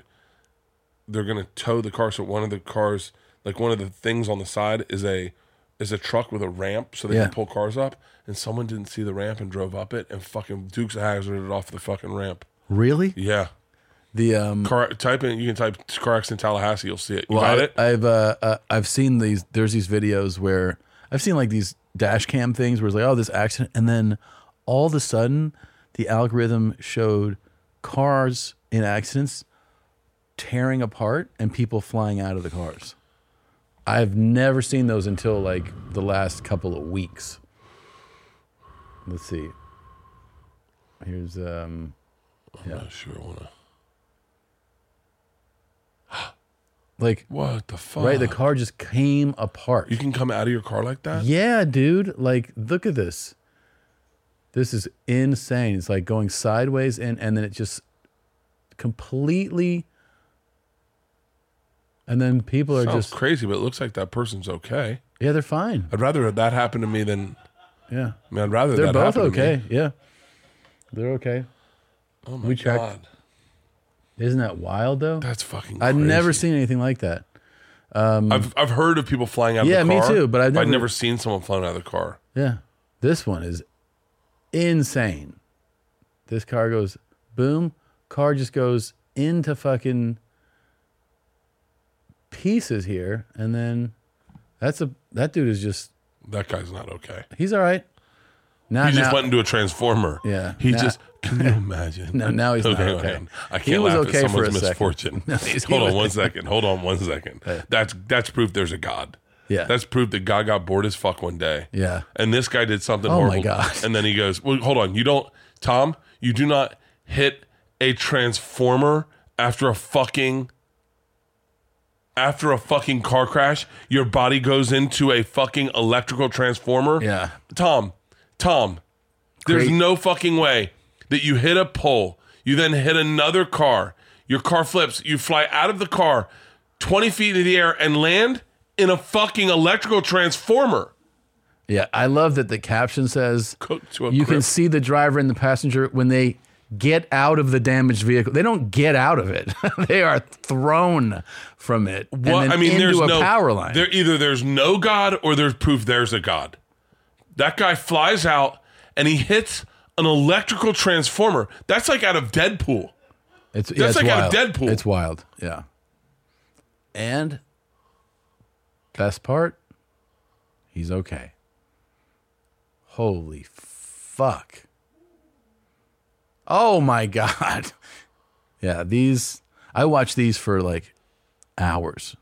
F: they're gonna tow the car. So one of the cars, like one of the things on the side, is a is a truck with a ramp, so they
E: Yeah.
F: can pull cars up. And someone didn't see the ramp and drove up it, and fucking Dukes hazarded off the fucking ramp.
E: Really?
F: Yeah,
E: The um
F: car type in. You can type car accident Tallahassee. You'll see it. You
E: Well,
F: got
E: I,
F: it.
E: I've uh, uh, I've seen these. There's these videos where I've seen like these dash cam things where it's like, oh, this accident, and then all of a sudden, the algorithm showed cars in accidents tearing apart and people flying out of the cars. I've never seen those until like the last couple of weeks. Let's see. Here's um.
F: I'm not sure. I wanna.
E: Like
F: What the fuck?
E: right, the car just came apart.
F: You can come out of your car like that.
E: Yeah, dude. Like, look at this. This is insane. It's like going sideways in, and then it just completely. And then people are
F: Sounds
E: just,
F: crazy, but it looks like that person's okay.
E: yeah, they're fine.
F: I'd rather that happen to me than
E: Yeah,
F: I mean, I'd rather
E: they're
F: that
E: both
F: happen to me.
E: okay. Yeah, they're okay.
F: Oh my
E: We checked.
F: god,
E: Isn't that wild though?
F: that's fucking.
E: I've never
F: crazy.
E: seen anything like that.
F: I've I've heard of people flying out
E: Yeah,
F: of the
E: me
F: car.
E: too, but I've never-
F: seen someone flying out of the car.
E: Yeah, this one is insane. This car goes boom. Car just goes into fucking pieces here, and then that's a that dude is just
F: That guy's not okay.
E: he's all right. Now,
F: He just
E: now-
F: went into a transformer.
E: Yeah,
F: He
E: nah.
F: just. Can you imagine?
E: No, now he's not
F: hang
E: okay.
F: on. I
E: He
F: can't
E: was
F: laugh
E: okay for
F: at someone's
E: a second.
F: misfortune.
E: No, he's- he
F: Hold on
E: was-
F: one second. Hold on one second. That's that's proof there's a God.
E: Yeah.
F: That's proof that God got bored as fuck one day.
E: Yeah.
F: And this guy did something
E: Oh my
F: horrible.
E: God.
F: And then he goes, Well, hold on, you don't Tom, you do not hit a transformer after a fucking after a fucking car crash, your body goes into a fucking electrical transformer.
E: Yeah.
F: Tom, Tom, there's
E: Great.
F: no fucking way that you hit a pole, you then hit another car, your car flips, you fly out of the car 20 feet into the air and land in a fucking electrical transformer.
E: Yeah, I love that the caption says
F: Cooked to a
E: you can
F: crisp."
E: see the driver and the passenger when they get out of the damaged vehicle. They don't get out of it. they are thrown from it. and
F: Well,
E: then
F: I mean,
E: into
F: there's
E: a
F: no
E: power line.
F: There either there's no God or there's proof there's a God. That guy flies out and he hits an electrical transformer. That's like out of Deadpool.
E: It's, yeah,
F: That's
E: it's
F: like out
E: wild.
F: of Deadpool.
E: It's wild. Yeah. And best part, he's okay. Holy fuck. Oh my God. Yeah, these, I watch these for like hours.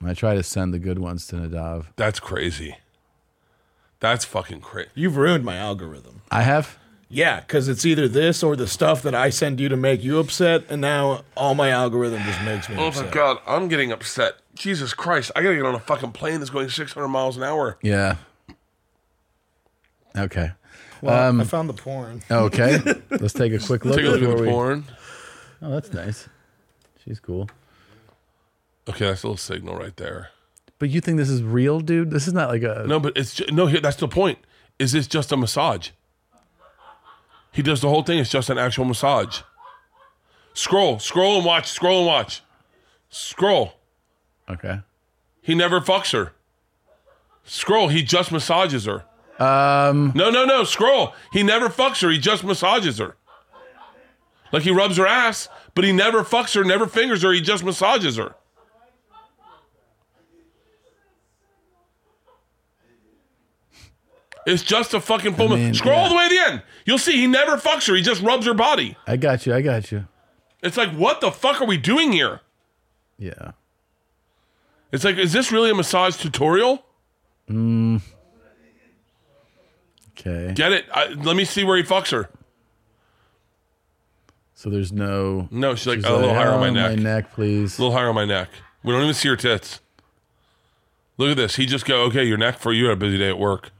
E: And I try to send the good ones to Nadav.
F: That's crazy. That's fucking crazy.
D: You've ruined my algorithm.
E: I have,
D: Yeah, because it's either this or the stuff that I send you to make you upset, and now all my algorithm just makes me
F: Oh
D: upset.
F: my god, I'm getting upset. Jesus Christ, I gotta get on a fucking plane that's going 600 miles an hour.
E: yeah. Okay.
D: Well, I found the porn.
E: Okay. Let's take a quick look.
F: Take a look at
E: before
F: the
E: we-
F: porn.
E: Oh, that's nice. She's cool.
F: Okay, that's a little signal right there.
E: But you think this is real, dude? This is not like a.
F: No, but it's ju- no. Here, that's the point. Is this just a massage? He does the whole thing. It's just an actual massage. Scroll, scroll and watch. Scroll and watch. Scroll.
E: Okay.
F: He never fucks her. Scroll. He just massages her.
E: Um.
F: No, no, no. Scroll. He never fucks her. He just massages her. Like he rubs her ass, but he never fucks her, never fingers her. He just massages her. It's just a fucking full. ma-
E: mean,
F: Scroll all
E: yeah.
F: the way to the end. You'll see he never fucks her. He just rubs her body.
E: I got you. I got you.
F: It's like, what the fuck are we doing here?
E: Yeah.
F: It's like, is this really a massage tutorial?
E: Okay.
F: Get it? I, let me see where he fucks her.
E: So there's no.
F: No, she's like, "Oh, a little higher on my
E: "Oh,
F: neck."
E: please.
F: A little higher on my neck. We don't even see her tits. Look at this. He just go, okay, your neck for you had a busy day at work.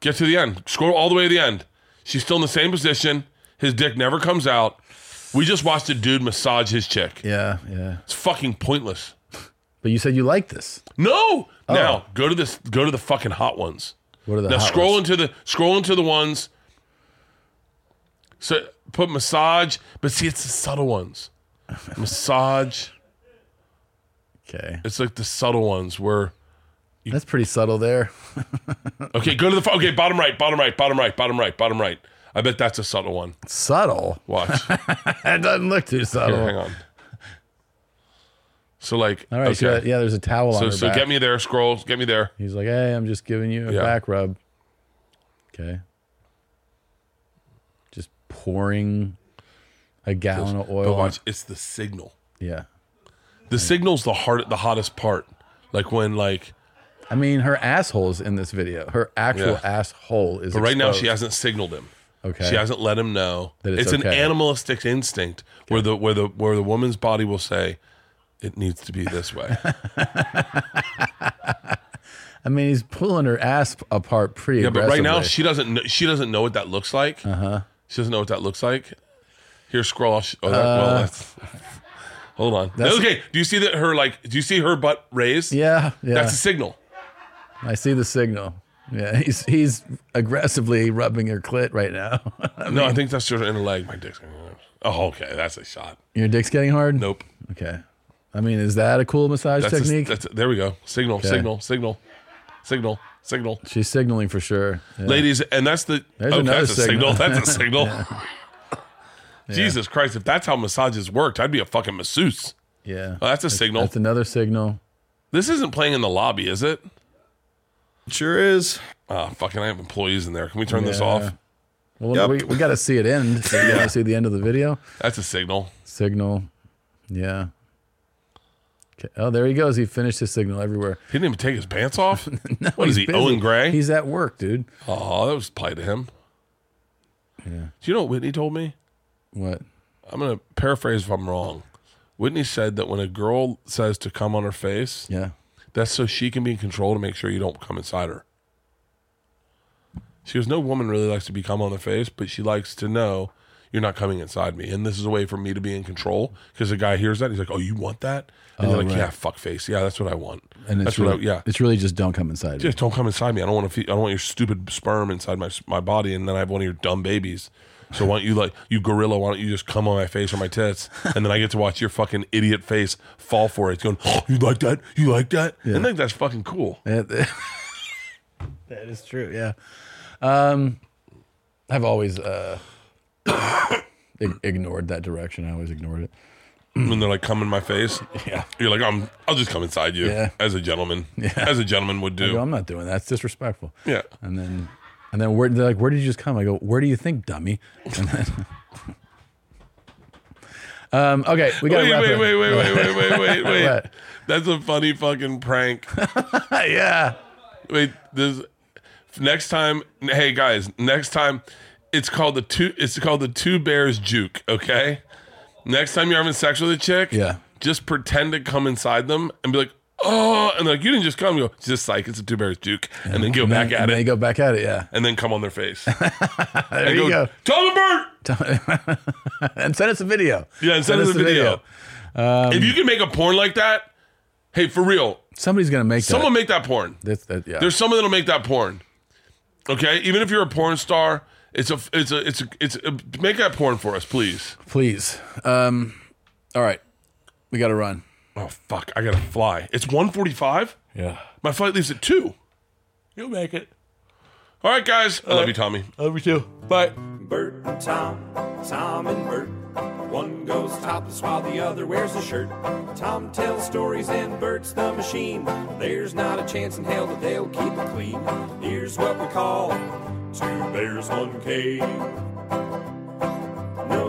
F: Get to the end. Scroll all the way to the end. She's still in the same position. His dick never comes out. We just watched a dude massage his chick.
E: Yeah. Yeah.
F: It's fucking pointless.
E: But you said you like this.
F: No. Now go to this. Go to the fucking hot ones.
E: What are Oh. the?
F: now
E: hot
F: scroll
E: ones?
F: into the scroll into the ones. So put massage, but see it's the subtle ones. Massage.
E: Okay.
F: It's like the subtle ones where.
E: That's pretty subtle there.
F: Okay, go to the fo- okay bottom right, bottom right, bottom right, bottom right, bottom right. I bet that's a subtle one.
E: Subtle.
F: Watch. Here,
E: That doesn't look too subtle.
F: hang on. So like,
E: All right. So
F: okay.
E: that- yeah. There's a towel on
F: so
E: her
F: so
E: back.
F: get me there. Scroll. Get me there.
E: He's like, hey, I'm just giving you a
F: Yeah.
E: back rub. Okay. Just pouring a gallon of
F: But
E: oil. on-
F: watch, it's the signal.
E: Yeah.
F: The signal's the hard, the hottest part. Like when like,
E: I mean, her asshole's in this video. Her actual
F: Yeah.
E: asshole is.
F: but right now
E: exposed.
F: she hasn't signaled him.
E: Okay.
F: She hasn't let him know.
E: That
F: it's
E: it's
F: an
E: okay.
F: animalistic instinct where the where the where the woman's body will say, "It needs to be this way."
E: I mean, he's pulling her ass p- apart pretty.
F: Yeah, but right now
E: aggressively.
F: she doesn't. Know, she doesn't know what that looks like. Uh-huh. She doesn't know what that looks like. Here, scroll. I'll sh- oh, that, well, that's. Hold on.
E: Uh, That's-
F: okay. Do you see that her like? Do you see her butt raised?
E: Yeah, yeah.
F: That's a signal.
E: I see the signal. Yeah, he's he's aggressively rubbing her clit right now.
F: no, I think that's her inner leg. My dick's. Oh, okay. That's a shot.
E: Your dick's getting hard.
F: Nope.
E: Okay. I mean, is that a cool massage
F: That's a-
E: technique?
F: that's a- there we go. Signal. Signal. Signal. Signal. Signal.
E: She's signaling for sure. Yeah.
F: Ladies, and that's the.
E: There's
F: okay,
E: another
F: that's a signal.
E: signal.
F: That's a signal. Jesus Christ! If that's how massages worked, I'd be a fucking masseuse.
E: Yeah.
F: Oh, that's a signal.
E: That's another signal.
F: This isn't playing in the lobby, is it?
D: Sure is.
F: Ah, fucking, I have employees in there. Can we turn this
E: Yeah.
F: off?
E: Well,
D: Yep.
E: we, we got to see it end. We got to see the end of the video.
F: That's a signal.
E: Signal. Yeah. Okay. Oh, there he goes. He finished his signal everywhere.
F: He didn't even take his pants off. what is
E: He's
F: he,
E: busy.
F: Owen Gray?
E: He's at work, dude.
F: oh, that was play to him. Do you know what Whitney told me?
E: What?
F: I'm gonna paraphrase if I'm wrong. Whitney said that when a girl says to come on her face,
E: Yeah.
F: that's so she can be in control to make sure you don't come inside her. She goes, No woman really likes to be come on the face, but she likes to know you're not coming inside me. And this is a way for me to be in control because the guy hears that. He's like, Oh, you want that? And
E: Oh,
F: they're like,
E: right.
F: Yeah, fuck face. Yeah, that's what I want.
E: And it's
F: that's
E: really,
F: what I, yeah.
E: it's really just don't come inside. me.
F: Just don't come inside me. I don't want to. Fe- I don't want your stupid sperm inside my my body, and then I have one of your dumb babies. So why don't you like you gorilla? Why don't you just come on my face or my tits, and then I get to watch your fucking idiot face fall for it. It's going, oh, you like that? You like that? And I think that's fucking cool.
E: that that is true. Yeah. Um, I've always uh, ig- ignored that direction. I always ignored it. Mm.
F: When they're like, come in my face, yeah. You're like, I'm. I'll just come inside you,
E: Yeah.
F: as a gentleman, as a gentleman would
E: I
F: do.
E: go, I'm not doing that. It's disrespectful.
F: yeah.
E: And then, and then where they're like, where did you just come? I go, where do you think, dummy? And then, um, okay, we got to
F: Wait,
E: wrap it
F: wait,
E: up.
F: wait, wait, wait, wait, wait, wait, wait.
E: What?
F: That's a funny fucking prank.
E: yeah.
F: Wait, this next time. Hey guys, next time it's called the two. It's called the two bears juke. Okay. Next time you're having sex with a chick,
E: Yeah.
F: just pretend to come inside them and be like, oh, and they're like you didn't just come. You go, it's just like it's a two bears juke, and then go
E: And
F: back
E: then-
F: at
E: and
F: it,
E: They go back at it. Yeah.
F: and then come on their face.
E: There you go.
F: Tom and Bert.
E: and send us Um, a video.
F: Yeah, and send us a video. if you can make a porn like that, hey, for real,
E: Somebody's gonna make
F: someone make that porn.
E: that. That's- that- yeah.
F: There's someone that'll make that porn. Okay, even if you're a porn star, it's a it's a it's a, it's a, make that porn for us, please.
E: please. Um, all right, we got to run.
F: Oh fuck, I gotta fly. It's 1:45.
E: Yeah.
F: My flight leaves at two. You'll make it. All right, guys. I love you, Tommy.
D: Love you too. Bye.
H: Bert and Tom, Tom and Bert. One goes topless while the other wears a shirt. Tom tells stories and Bert's the machine. There's not a chance in hell that they'll keep it clean. Here's what we call two bears, one cave. No